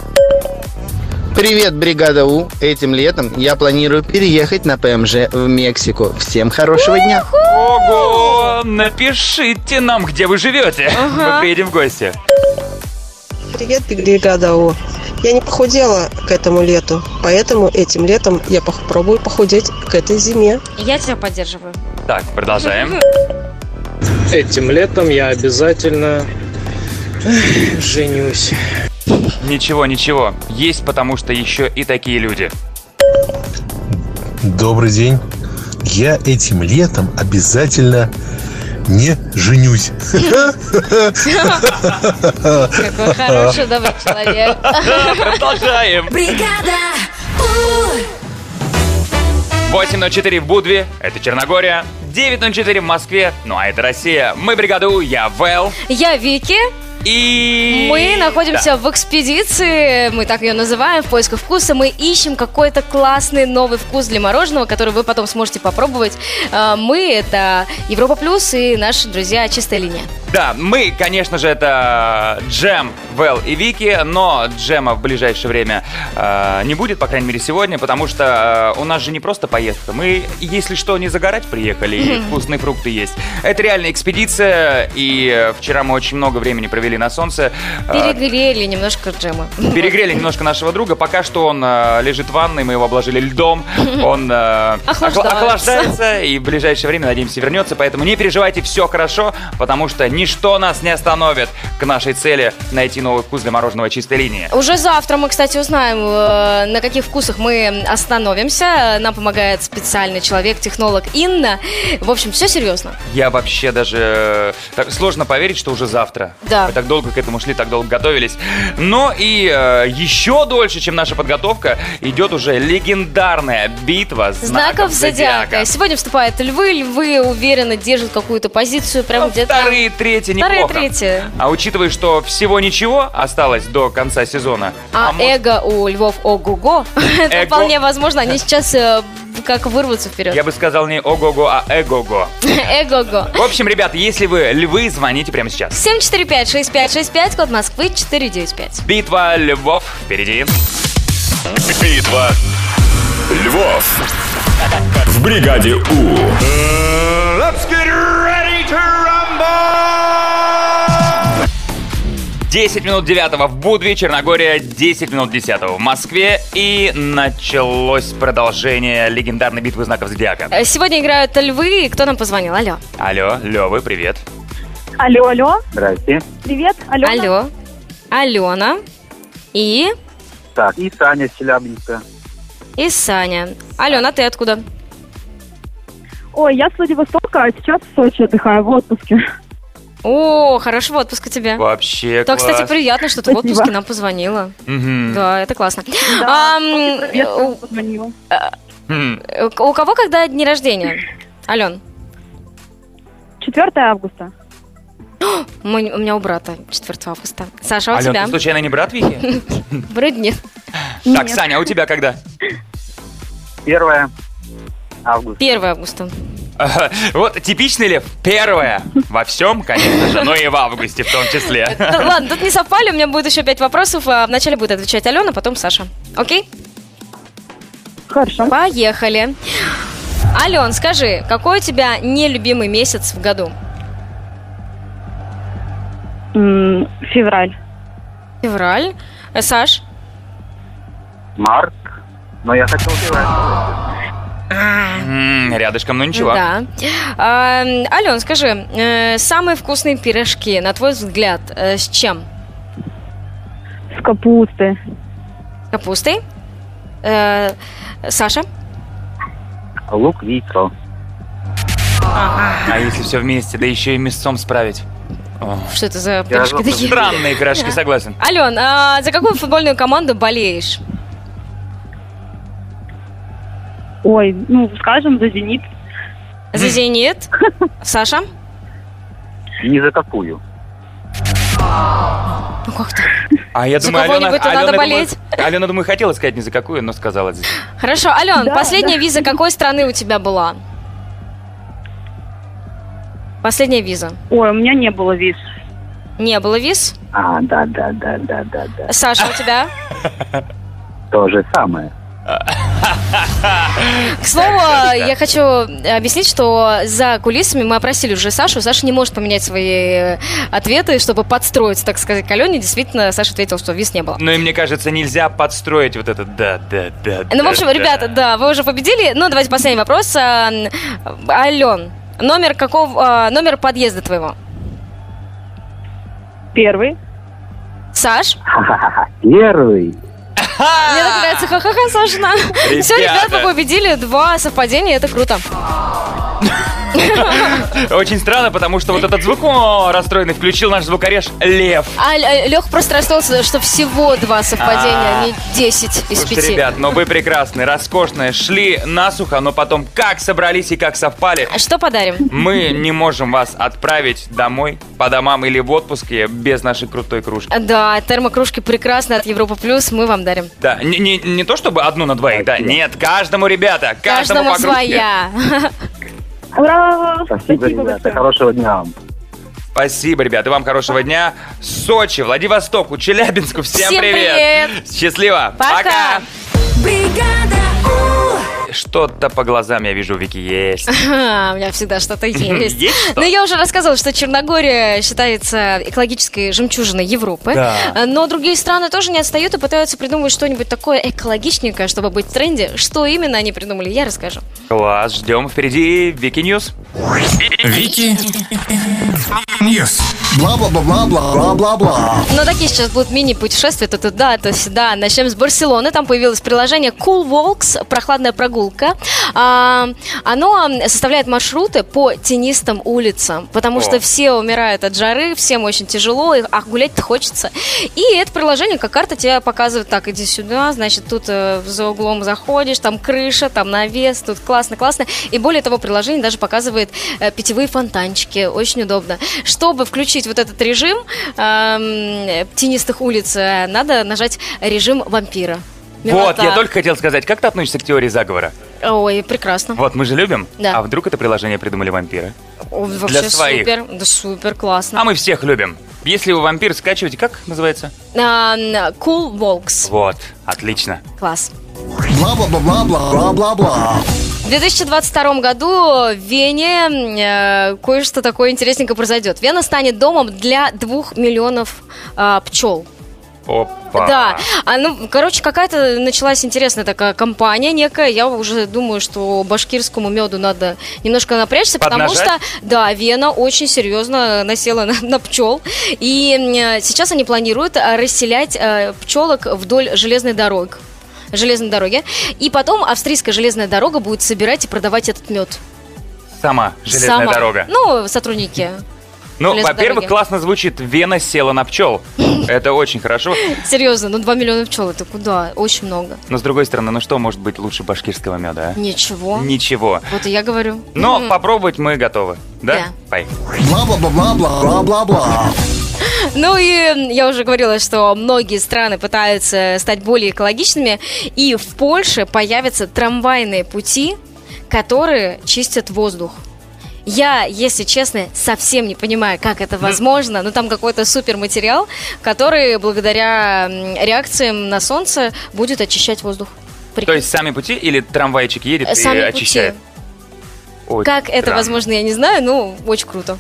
Speaker 21: Привет, бригада У. Этим летом я планирую переехать на ПМЖ в Мексику. Всем хорошего дня.
Speaker 4: Ого! Напишите нам, где вы живете.
Speaker 22: Ага.
Speaker 4: Мы приедем в гости.
Speaker 22: Привет, бригада У. Я не похудела к этому лету, поэтому этим летом я попробую похудеть к этой зиме.
Speaker 5: Я тебя поддерживаю.
Speaker 4: Так, продолжаем.
Speaker 23: Этим летом я обязательно эх, женюсь.
Speaker 4: Ничего, ничего. Есть потому что еще и такие люди.
Speaker 24: Добрый день. Я этим летом обязательно не женюсь.
Speaker 5: Какой
Speaker 4: [LAUGHS]
Speaker 5: хороший, добрый человек.
Speaker 4: Продолжаем.
Speaker 1: Бригада.
Speaker 4: 8.04 в Будве, это Черногория. 9.04 в Москве, ну а это Россия. Мы бригада У, я Вэл.
Speaker 5: Я Вики.
Speaker 4: И...
Speaker 5: Мы находимся
Speaker 4: Да.
Speaker 5: в экспедиции, мы так ее называем, в поисках вкуса. Мы ищем какой-то классный новый вкус для мороженого, который вы потом сможете попробовать. А, Мы — это Европа Плюс и наши друзья «Чистая линия».
Speaker 4: Да, мы, конечно же, это Джем, Вэл и Вики, но Джема в ближайшее время э, не будет, по крайней мере, сегодня, потому что э, у нас же не просто поездка. Мы, если что, не загорать приехали, и
Speaker 5: [LAUGHS]
Speaker 25: Мгм.
Speaker 4: вкусные фрукты есть. Это реальная экспедиция, и э, вчера мы очень много времени провели провели на солнце. Э,
Speaker 5: Перегрели немножко джема.
Speaker 4: Перегрели немножко нашего друга. Пока что он э, лежит в ванной, мы его обложили льдом. Он э,
Speaker 5: Охлаждается.
Speaker 4: охла- охлаждается и в ближайшее время, надеемся, вернется. Поэтому не переживайте, все хорошо, потому что ничто нас не остановит к нашей цели найти новый вкус для мороженого чистой линии.
Speaker 5: Уже завтра мы, кстати, узнаем, э, на каких вкусах мы остановимся. Нам помогает специальный человек, технолог Инна. В общем, все серьезно.
Speaker 4: Я вообще даже... э, Так сложно поверить, что уже завтра.
Speaker 5: Да.
Speaker 4: Мы так долго к этому шли, так долго готовились. Но и э, еще дольше, чем наша подготовка, идет уже легендарная битва знаков,
Speaker 5: Знаков зодиака.
Speaker 4: зодиака.
Speaker 5: Сегодня вступают львы. Львы уверенно держат какую-то позицию. Прям где-то...
Speaker 4: Ну, Вторые, третьи,
Speaker 5: Вторые,
Speaker 4: неплохо.
Speaker 5: третьи.
Speaker 4: А учитывая, что всего ничего осталось до конца сезона,
Speaker 5: А, эго у львов ого-го. [LAUGHS] Это
Speaker 4: Эго.
Speaker 5: вполне возможно. Они сейчас э, как вырвутся вперед.
Speaker 4: я бы сказал не ого-го, а эго-го.
Speaker 5: [LAUGHS] Эго-го.
Speaker 4: В общем, ребят, если вы львы, звоните прямо сейчас.
Speaker 5: 745-6565, код Москвы 495.
Speaker 4: Битва львов впереди.
Speaker 2: Битва львов в бригаде У.
Speaker 4: Let's get ready to rumble! 10 минут 9 в Будве, Черногория, 10 минут 10 в Москве. И началось продолжение легендарной битвы знаков зодиака.
Speaker 5: Э, Сегодня играют львы. Кто нам позвонил? Алло.
Speaker 4: Алло, Лёвы, привет.
Speaker 12: Алло, алло.
Speaker 9: Здрасте.
Speaker 12: Привет, Алена.
Speaker 5: Алло. Алена. И...
Speaker 9: Так, и Саня с Челябинска.
Speaker 5: И Саня. Алена, ты откуда?
Speaker 12: Ой, я с Владивостока, а сейчас в Сочи отдыхаю в отпуске.
Speaker 5: О, хорошего отпуска тебе.
Speaker 4: Вообще
Speaker 5: Да,
Speaker 4: класс.
Speaker 5: кстати, приятно, что ты в
Speaker 12: Спасибо.
Speaker 5: отпуске нам позвонила.
Speaker 4: Мгм.
Speaker 5: Да, это классно.
Speaker 12: Да,
Speaker 5: Ам,
Speaker 12: привет,
Speaker 5: э, у-
Speaker 12: позвонила.
Speaker 4: М.
Speaker 5: э, у кого когда дни рождения? Ален.
Speaker 12: 4
Speaker 5: [GASPS]
Speaker 12: августа.
Speaker 5: Мы- у меня у брата 4 августа. Саша, а у
Speaker 4: Алён,
Speaker 5: тебя?
Speaker 4: ты случайно не брат Вики?
Speaker 5: Вроде нет.
Speaker 4: Так, Саня, а у тебя когда? [LAUGHS]
Speaker 9: Первое. Август.
Speaker 5: 1 августа.
Speaker 4: Ага, Вот типичный лев. Первое. Во всем, конечно же, но и в августе в том числе.
Speaker 5: Ну, ладно, тут не совпали, у меня будет еще 5 вопросов. а Вначале будет отвечать Алена, а потом Саша. Окей?
Speaker 12: Хорошо.
Speaker 5: Поехали. Ален, скажи, какой у тебя нелюбимый месяц в году?
Speaker 12: М, Февраль.
Speaker 5: Февраль. Э, Саш?
Speaker 9: Март. Но я хотел сказать.
Speaker 4: М, Рядышком, ну ничего.
Speaker 5: Да. А, м, Ален, скажи, э, самые вкусные пирожки, на твой взгляд, э, с чем?
Speaker 12: С капусты.
Speaker 5: С капустой? Э, Саша?
Speaker 9: Лук яйцо.
Speaker 4: А если все вместе, да еще и мясцом справить. О.
Speaker 5: Что это за
Speaker 4: Я
Speaker 5: пирожки такие?
Speaker 4: Странные пирожки, согласен.
Speaker 5: Ален, а за какую футбольную команду болеешь?
Speaker 12: Ой, ну, скажем, за «Зенит».
Speaker 5: За «Зенит». Саша?
Speaker 9: Ни за какую.
Speaker 5: Ну как ты?
Speaker 4: А я
Speaker 5: За
Speaker 4: думаю, Алена,
Speaker 5: кого-нибудь-то
Speaker 4: Алена,
Speaker 5: надо
Speaker 4: думаю-
Speaker 5: болеть.
Speaker 4: Алена, думаю, хотела сказать ни за какую, но сказала. здесь.
Speaker 5: Хорошо, Ален,
Speaker 12: Да,
Speaker 5: последняя
Speaker 12: да.
Speaker 5: виза какой страны у тебя была? Последняя виза.
Speaker 12: Ой, у меня не было виз.
Speaker 5: Не было виз?
Speaker 9: А, да, да, да, да, да, да.
Speaker 5: Саша, у тебя?
Speaker 9: То же самое.
Speaker 5: К слову, я хочу э, объяснить, что за кулисами мы опросили уже Сашу. Саша не может поменять свои э, ответы, чтобы подстроиться, так сказать, к Алене. Действительно, Саша ответил, что виз не было.
Speaker 4: Ну и мне кажется, нельзя подстроить вот это да, да, да.
Speaker 5: Ну, в общем,
Speaker 4: да,
Speaker 5: ребята,
Speaker 4: да.
Speaker 5: да, вы уже победили. Ну, давайте последний вопрос. А, м, Ален, номер какого, а, номер подъезда твоего?
Speaker 12: Первый.
Speaker 5: Саш?
Speaker 9: Ха-ха-ха. Первый.
Speaker 5: Мне так нравится. Ха-ха-ха, Сашина. Все, ребят, вы
Speaker 4: Ребята.
Speaker 5: победили. Два совпадения, это круто.
Speaker 4: Очень странно, потому что вот этот звук о, расстроенный включил наш звукореж Лев.
Speaker 5: А Лех просто расстроился, что всего два совпадения, а не 10 из
Speaker 4: Слушайте,
Speaker 5: пяти.
Speaker 4: ребят, но вы прекрасные, роскошные, шли насухо, но потом как собрались и как совпали.
Speaker 5: А Что подарим?
Speaker 4: Мы не можем вас отправить домой, по домам или в отпуске без нашей крутой кружки.
Speaker 5: Да, термокружки прекрасно от Европа Плюс мы вам дарим.
Speaker 4: Да, не, не, не то чтобы одну на двоих, да, нет, каждому, ребята, каждому,
Speaker 5: Каждому
Speaker 4: по кружке. [LAUGHS]
Speaker 5: своя.
Speaker 12: Ура!
Speaker 9: Спасибо, ребята. Хорошего дня вам.
Speaker 4: Спасибо, ребята, вам хорошего дня. Сочи, Владивостоку, Челябинску, всем,
Speaker 1: Всем
Speaker 4: привет.
Speaker 1: привет.
Speaker 4: Счастливо.
Speaker 1: Пока. Бригада У.
Speaker 4: Что-то по глазам я вижу, Вики, есть.
Speaker 5: Ага, [LAUGHS] у меня всегда что-то есть.
Speaker 4: Есть
Speaker 5: Но я уже рассказывала, что Черногория считается экологической жемчужиной Европы.
Speaker 4: Да.
Speaker 5: Но другие страны тоже не отстают и пытаются придумать что-нибудь такое экологичненькое, чтобы быть в тренде. Что именно они придумали, я расскажу.
Speaker 4: Класс, ждем впереди Вики Ньюс.
Speaker 6: Вики Ньюс.
Speaker 5: Бла-бла-бла-бла-бла-бла-бла. Но такие сейчас будут мини-путешествия то туда, то сюда. Начнем с Барселоны. Там появилось приложение Cool Walks, прохладная прогулка. А, оно составляет маршруты по тенистым улицам, потому
Speaker 3: О.
Speaker 5: что все умирают от жары, всем очень тяжело, и- а гулять-то хочется. И это приложение, как карта, тебе показывает, так, иди сюда, значит, тут э, за углом заходишь, там крыша, там навес, тут классно-классно. И более того, приложение даже показывает э, питьевые фонтанчики, очень удобно. Чтобы включить вот этот режим эм, тенистых улиц, э, надо нажать режим вампира.
Speaker 4: Ну Вот, я
Speaker 5: Милота.
Speaker 4: только хотел сказать, как ты относишься к теории заговора?
Speaker 5: Ой, прекрасно.
Speaker 4: Вот, мы же любим.
Speaker 5: Да.
Speaker 4: А вдруг это приложение придумали вампиры?
Speaker 5: О, вообще
Speaker 4: для своих.
Speaker 5: супер, да супер, классно.
Speaker 4: А мы всех любим. Если вы вампир, скачивайте, как называется?
Speaker 5: А, м, Cool Walks.
Speaker 4: Вот, отлично.
Speaker 5: Класс.
Speaker 6: Бла-бла-бла-бла-бла-бла-бла.
Speaker 5: В 2022 году в Вене э, кое-что такое интересненькое произойдет. Вена станет домом для двух миллионов а, пчел.
Speaker 4: Опа.
Speaker 5: Да, а, ну, короче, какая-то началась интересная такая компания некая. Я уже думаю, что башкирскому меду надо немножко напрячься, потому
Speaker 7: Поднажать?
Speaker 5: что, да, Вена очень серьезно насела на, на пчел. И м, сейчас они планируют а, расселять э, пчелок вдоль железной дороги. Железной дороги. И потом австрийская железная дорога будет собирать и продавать этот мед.
Speaker 4: Сама железная
Speaker 5: Сама.
Speaker 4: дорога.
Speaker 5: Ну, сотрудники.
Speaker 4: Ну,
Speaker 5: железной
Speaker 4: во-первых,
Speaker 5: дороги.
Speaker 4: классно звучит «Вена села на
Speaker 5: [LAUGHS]
Speaker 4: пчел». Это очень хорошо.
Speaker 5: Серьезно, ну 2 миллиона пчел это куда? Очень много.
Speaker 4: Но, с другой стороны, ну что может быть лучше башкирского меда, а?
Speaker 5: Ничего.
Speaker 4: Ничего.
Speaker 5: Вот и я говорю.
Speaker 4: Но
Speaker 5: М.
Speaker 4: попробовать мы готовы. Да?
Speaker 5: Да.
Speaker 4: Поехали.
Speaker 6: Бла-бла-бла-бла-бла-бла-бла.
Speaker 5: Ну и м, я уже говорила, что многие страны пытаются стать более экологичными, и в Польше появятся трамвайные пути, которые чистят воздух. Я, если честно, совсем не понимаю, как это возможно, но там какой-то супер материал, который благодаря м, реакциям на солнце будет очищать воздух.
Speaker 4: То есть сами пути или трамвайчик едет
Speaker 5: Э, сами
Speaker 4: и
Speaker 5: пути.
Speaker 4: очищает? Ой,
Speaker 5: как это
Speaker 4: странно.
Speaker 5: возможно, я не знаю, ну очень круто.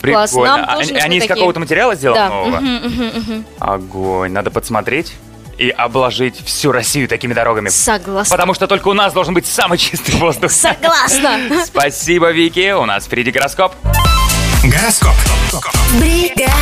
Speaker 4: Прикольно.
Speaker 5: Класс, нам
Speaker 4: А
Speaker 5: тоже
Speaker 4: они-
Speaker 5: нужны
Speaker 4: они из
Speaker 5: такие.
Speaker 4: какого-то материала сделаны
Speaker 5: Да.
Speaker 4: нового?
Speaker 5: Мгм, мгм, мгм.
Speaker 4: Огонь. Надо подсмотреть и обложить всю Россию такими дорогами.
Speaker 5: Согласна.
Speaker 4: Потому что только у нас должен быть самый чистый воздух. [LAUGHS]
Speaker 5: Согласна.
Speaker 4: Спасибо, Вики. У нас впереди гороскоп. Гороскоп.
Speaker 1: Бригада.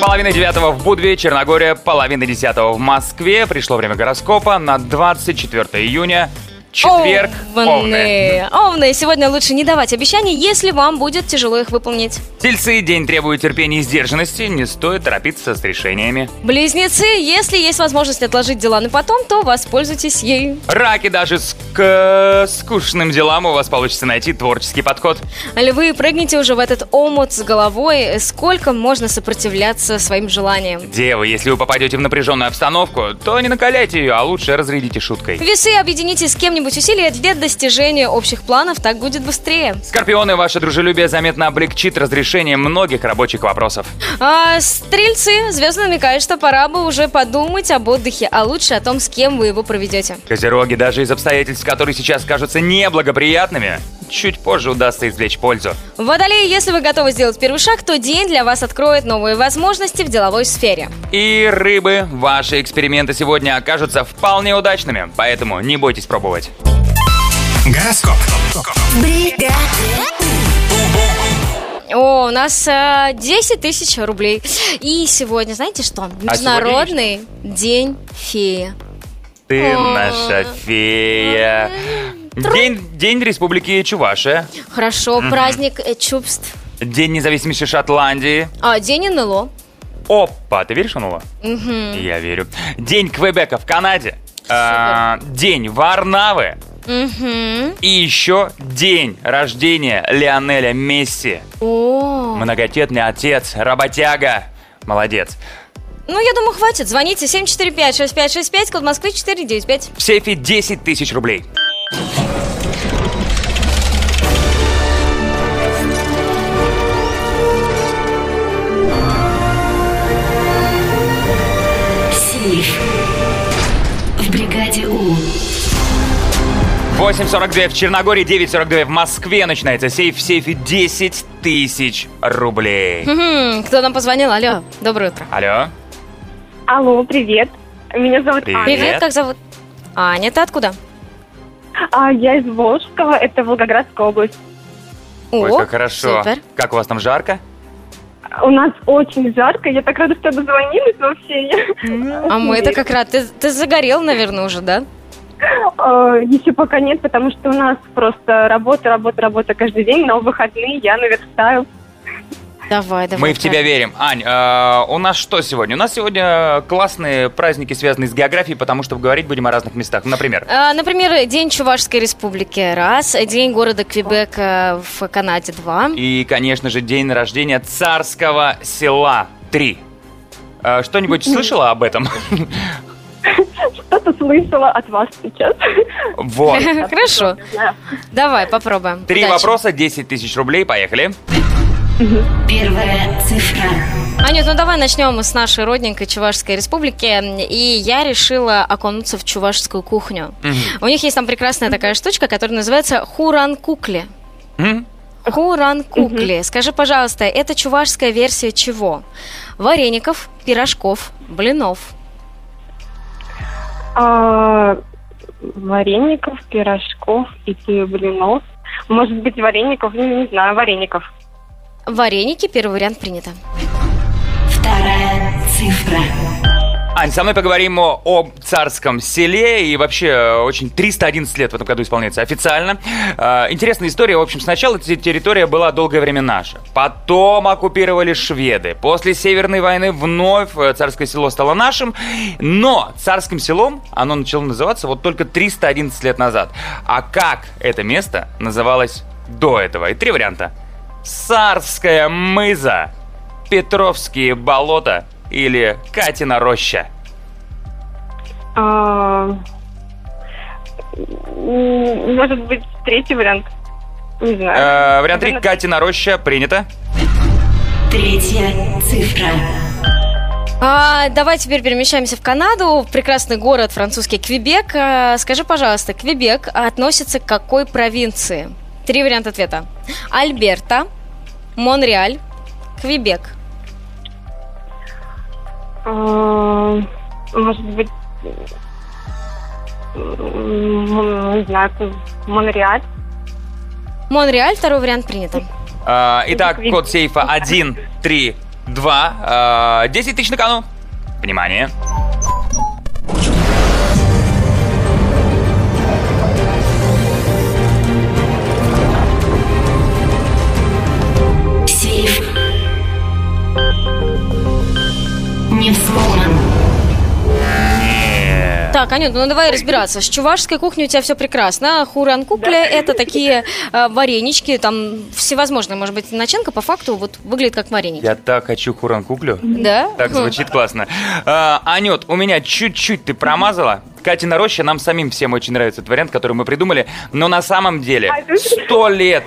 Speaker 4: Половина девятого в Будве, Черногория, половина десятого в Москве. Пришло время гороскопа на 24 июня. Четверг. Овны.
Speaker 5: Овны. Овны, сегодня лучше не давать обещаний, если вам будет тяжело их выполнить.
Speaker 4: Тельцы. День требует терпения и сдержанности. Не стоит торопиться с решениями.
Speaker 5: Близнецы, если есть возможность отложить дела на потом, то воспользуйтесь ею.
Speaker 4: Раки даже с к- скучным делам у вас получится найти творческий подход.
Speaker 5: Львы, прыгните уже в этот омут с головой. Сколько можно сопротивляться своим желаниям?
Speaker 4: Девы, если вы попадете в напряженную обстановку, то не накаляйте ее, а лучше разрядите шуткой.
Speaker 5: Весы, объедините с кем-нибудь усилия для достижения общих планов, так будет быстрее.
Speaker 4: Скорпионы, ваше дружелюбие заметно облегчит разрешение многих рабочих вопросов.
Speaker 5: А, стрельцы, звезды намекают, что пора бы уже подумать об отдыхе, а лучше о том, с кем вы его проведете.
Speaker 4: Козероги, даже из обстоятельств, которые сейчас кажутся неблагоприятными, чуть позже удастся извлечь пользу.
Speaker 5: Водолеи, если вы готовы сделать первый шаг, то день для вас откроет новые возможности в деловой сфере.
Speaker 4: И рыбы, ваши эксперименты сегодня окажутся вполне удачными, поэтому не бойтесь пробовать. Гороскоп.
Speaker 1: Бригада.
Speaker 5: О, у нас э, 10 тысяч рублей. И сегодня, знаете
Speaker 4: А
Speaker 5: что? Международный день феи.
Speaker 4: Ты
Speaker 5: Ой.
Speaker 4: наша фея. День, день Республики Чувашия.
Speaker 5: Хорошо,
Speaker 4: Мгм.
Speaker 5: праздник э, чувств.
Speaker 4: День независимости Шотландии.
Speaker 5: А, день НЛО.
Speaker 4: Опа, ты веришь, Анула?
Speaker 5: Мгм.
Speaker 4: Я верю. День Квебека в Канаде. А, день Варнавы.
Speaker 5: Мгм.
Speaker 4: И еще день рождения Лионеля Месси.
Speaker 5: О.
Speaker 4: Многотетный отец, работяга. Молодец.
Speaker 5: Ну, я думаю, хватит. Звоните 745-6565, код Москвы 495.
Speaker 4: В сейфе 10 тысяч рублей.
Speaker 7: Сейф. В бригаде У.
Speaker 4: 8.42 в Черногории, 9.42 в Москве. Начинается сейф в сейфе 10 тысяч рублей.
Speaker 5: Мгм, Кто нам позвонил? Алло, доброе утро.
Speaker 4: Алло?
Speaker 12: Алло, привет. Меня зовут
Speaker 4: Привет.
Speaker 12: Аня.
Speaker 5: Привет, как зовут? Аня, ты откуда?
Speaker 12: А, я из Волжского, это Волгоградская область.
Speaker 4: Ой, как хорошо. Как у вас там жарко?
Speaker 12: У нас очень жарко, я так рада, что дозвонились вообще. [LAUGHS]
Speaker 5: А мы это как раз... Ты, ты загорел, наверное, уже, да?
Speaker 12: а, Еще пока нет, потому что у нас просто работа, работа, работа каждый день, но в выходные я наверстаю.
Speaker 5: Давай,
Speaker 4: Мы в тебя верим. Ань, э, у нас что сегодня? У нас сегодня классные праздники, связанные с географией, потому что говорить будем о разных местах. Ну, Например,
Speaker 5: А, Например, День Чувашской Республики – раз, День города Квебек э, в Канаде – два. [LAUGHS]
Speaker 4: и, конечно же, день рождения царского села 3. Что-нибудь слышала об этом? [LAUGHS]
Speaker 12: Что-то слышала от вас сейчас.
Speaker 4: Вот.
Speaker 5: Хорошо. Давай, попробуем.
Speaker 4: Три
Speaker 5: Удачи.
Speaker 4: вопроса, 10 тысяч рублей, поехали.
Speaker 5: Первая цифра. Анют, ну давай начнем с нашей родненькой Чувашской республики. И я решила окунуться в чувашскую кухню. У них есть там прекрасная такая штучка, которая называется хуран-кукли.
Speaker 4: М?
Speaker 5: Хуран-кукли. Скажи, пожалуйста, это чувашская версия чего? Вареников, пирожков, блинов.
Speaker 12: А, вареников, пирожков и ты- блинов. Может быть, вареников, ну, не знаю, вареников.
Speaker 5: Вареники, первый вариант принято.
Speaker 1: Вторая цифра.
Speaker 4: Ань, со мной поговорим о, о царском селе и вообще э, очень 311 лет в этом году исполняется официально. Э, интересная история. В общем, сначала те- территория была долгое время наша. Потом оккупировали шведы. После Северной войны вновь э, царское село стало нашим. Но царским селом оно начало называться вот только 311 лет назад. А как это место называлось до этого? И три варианта. Царская мыза, Петровские болота или Катина роща.
Speaker 12: А, м, может быть, третий вариант. Не знаю.
Speaker 4: Э, вариант 3 Катина роща принято.
Speaker 1: Третья цифра.
Speaker 5: А, давай теперь перемещаемся в Канаду, в прекрасный город французский Квебек. А, скажи, пожалуйста, Квебек относится к какой провинции? Три варианта ответа. Альберта, Монреаль, Квебек.
Speaker 12: А, может быть, м, не знаю, Монреаль.
Speaker 5: Монреаль, второй вариант принято.
Speaker 4: Э, итак, код сейфа 1, 3, 2. 10 Э, тысяч на кону. Внимание.
Speaker 1: Сейф. Не взломан.
Speaker 5: Так, Анют, ну давай разбираться. С чувашской кухней у тебя все прекрасно. Хуран кукля это такие э, варенички, там всевозможные, может быть, начинка по факту вот выглядит как вареники.
Speaker 4: Я так хочу куран куклю.
Speaker 5: Да? Хм,
Speaker 4: Так звучит классно. Э, Анют, у меня чуть-чуть ты промазала. Катина роща, нам самим всем очень нравится этот вариант, который мы придумали. Но на самом
Speaker 5: А,
Speaker 4: деле сто лет,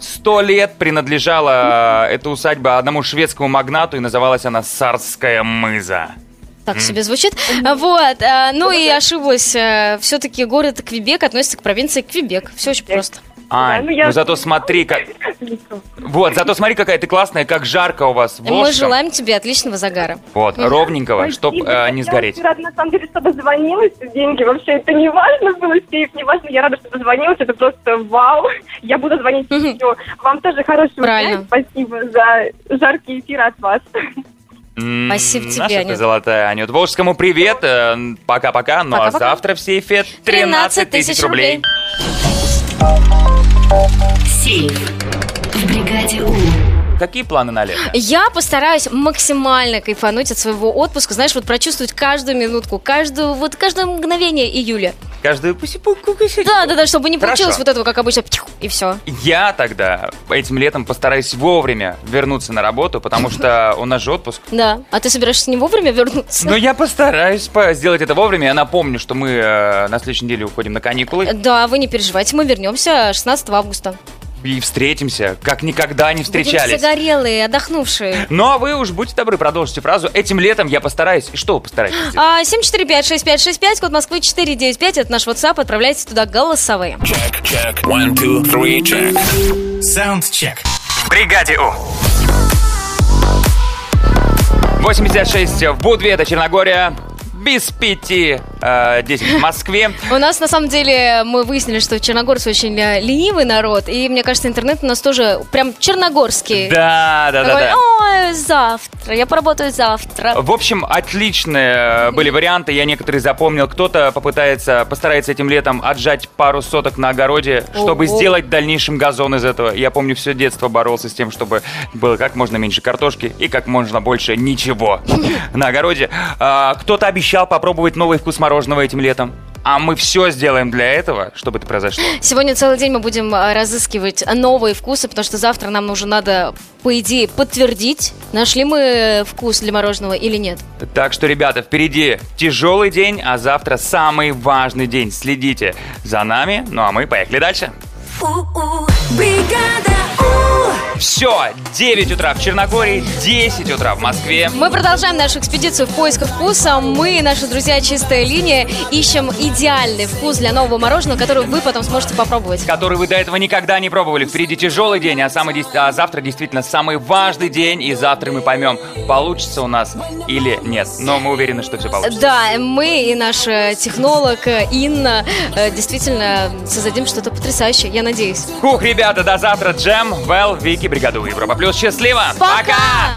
Speaker 4: сто лет принадлежала э, эта усадьба одному шведскому магнату, и называлась она Сарская мыза.
Speaker 5: Так себе звучит. Вот. а, Ну и ошиблась. Все-таки город Квебек относится к провинции Квебек. Все очень просто.
Speaker 4: Ань,
Speaker 5: ну я-
Speaker 4: ну зато смотри, как... Вот, зато смотри, какая ты классная, как жарко у вас в
Speaker 5: Мы
Speaker 4: Волжском.
Speaker 5: желаем тебе отличного загара.
Speaker 4: Вот, ровненького, чтоб
Speaker 12: Спасибо.
Speaker 4: э, не сгореть.
Speaker 12: Я очень рада, на самом деле, что дозвонилась. Деньги вообще, это не важно было, Стив, не важно. Я рада, что дозвонилась. Это просто вау. [LAUGHS] Я буду звонить еще. Вам тоже хорошего
Speaker 5: Правильно.
Speaker 12: дня. Спасибо за жаркий эфир от вас.
Speaker 4: Спасибо
Speaker 5: тебе,
Speaker 4: Наша ты
Speaker 5: Анют.
Speaker 4: золотая, Анют. Волжскому привет, э, пока-пока. Ну а
Speaker 5: Пока-пока.
Speaker 4: завтра в сейфе 13 тысяч рублей.
Speaker 1: Сейф. В бригаде У.
Speaker 4: Какие планы на лето?
Speaker 5: Я постараюсь максимально кайфануть от своего отпуска. Знаешь, вот прочувствовать каждую минутку, каждую, вот каждое мгновение июля.
Speaker 4: Каждую пусипуку.
Speaker 5: Да, да, да, чтобы не
Speaker 4: Хорошо.
Speaker 5: получилось вот этого, как обычно, птих, и все.
Speaker 4: Я тогда этим летом постараюсь вовремя вернуться на
Speaker 1: [LAUGHS]
Speaker 4: работу, потому что у нас же отпуск.
Speaker 5: Да. А ты собираешься не вовремя вернуться?
Speaker 4: Но я постараюсь по- сделать это вовремя. Я напомню, что мы э, на следующей неделе уходим на каникулы.
Speaker 5: Да, вы не переживайте, мы вернемся 16 августа.
Speaker 4: и встретимся, как никогда не
Speaker 3: Будем
Speaker 4: встречались.
Speaker 3: загорелые, отдохнувшие.
Speaker 4: Ну а вы уж будьте добры, продолжите фразу. Этим летом я постараюсь. И что вы постараетесь? сделать?
Speaker 3: А, 745-6565, код Москвы 495, это наш WhatsApp, отправляйте туда голосовые.
Speaker 6: Чек. One, two, three, check. Саундчек. В бригаде У.
Speaker 4: 86 в Будве, это Черногория. Без пяти э, 10 в Москве.
Speaker 5: У нас, на самом деле, мы выяснили, что черногорцы очень э, ленивый народ, и, мне кажется, интернет у нас тоже прям черногорский.
Speaker 4: Да, да, да,
Speaker 5: Такой,
Speaker 4: да.
Speaker 5: Ой, завтра, я поработаю завтра.
Speaker 4: В общем, отличные э, были варианты. Я некоторые запомнил. Кто-то попытается, постарается этим летом отжать пару соток на огороде, чтобы
Speaker 5: Ого.
Speaker 4: сделать в дальнейшем газон из этого. Я помню, все детство боролся с тем, чтобы было как можно меньше картошки и как можно больше ничего на огороде. А, Кто-то обещал попробовать новый вкус мороженого этим летом. А мы все сделаем для этого, чтобы это произошло.
Speaker 5: Сегодня целый день мы будем э, разыскивать новые вкусы, потому что завтра нам уже надо, по идее, подтвердить, нашли мы э, вкус для мороженого или нет.
Speaker 4: Так что, ребята, впереди тяжелый день, а завтра самый важный день. Следите за нами. Ну а мы поехали дальше. Все, 9 утра в Черногории, 10 утра в Москве.
Speaker 5: Мы продолжаем нашу экспедицию в поисках вкуса. Мы, и наши друзья «Чистая линия», ищем идеальный вкус для нового мороженого, который вы потом сможете попробовать.
Speaker 4: Который вы до этого никогда не пробовали. Впереди тяжелый день, а, самый, дес- а завтра действительно самый важный день. И завтра мы поймем, получится у нас или нет. Но мы уверены, что все получится.
Speaker 5: Да, мы и наш э, технолог э, Инна э, действительно создадим что-то потрясающее, я надеюсь.
Speaker 4: Хух, ребята, до завтра. Джем, Вэл, Вики, Бригаду Европа Плюс. Счастливо! Пока!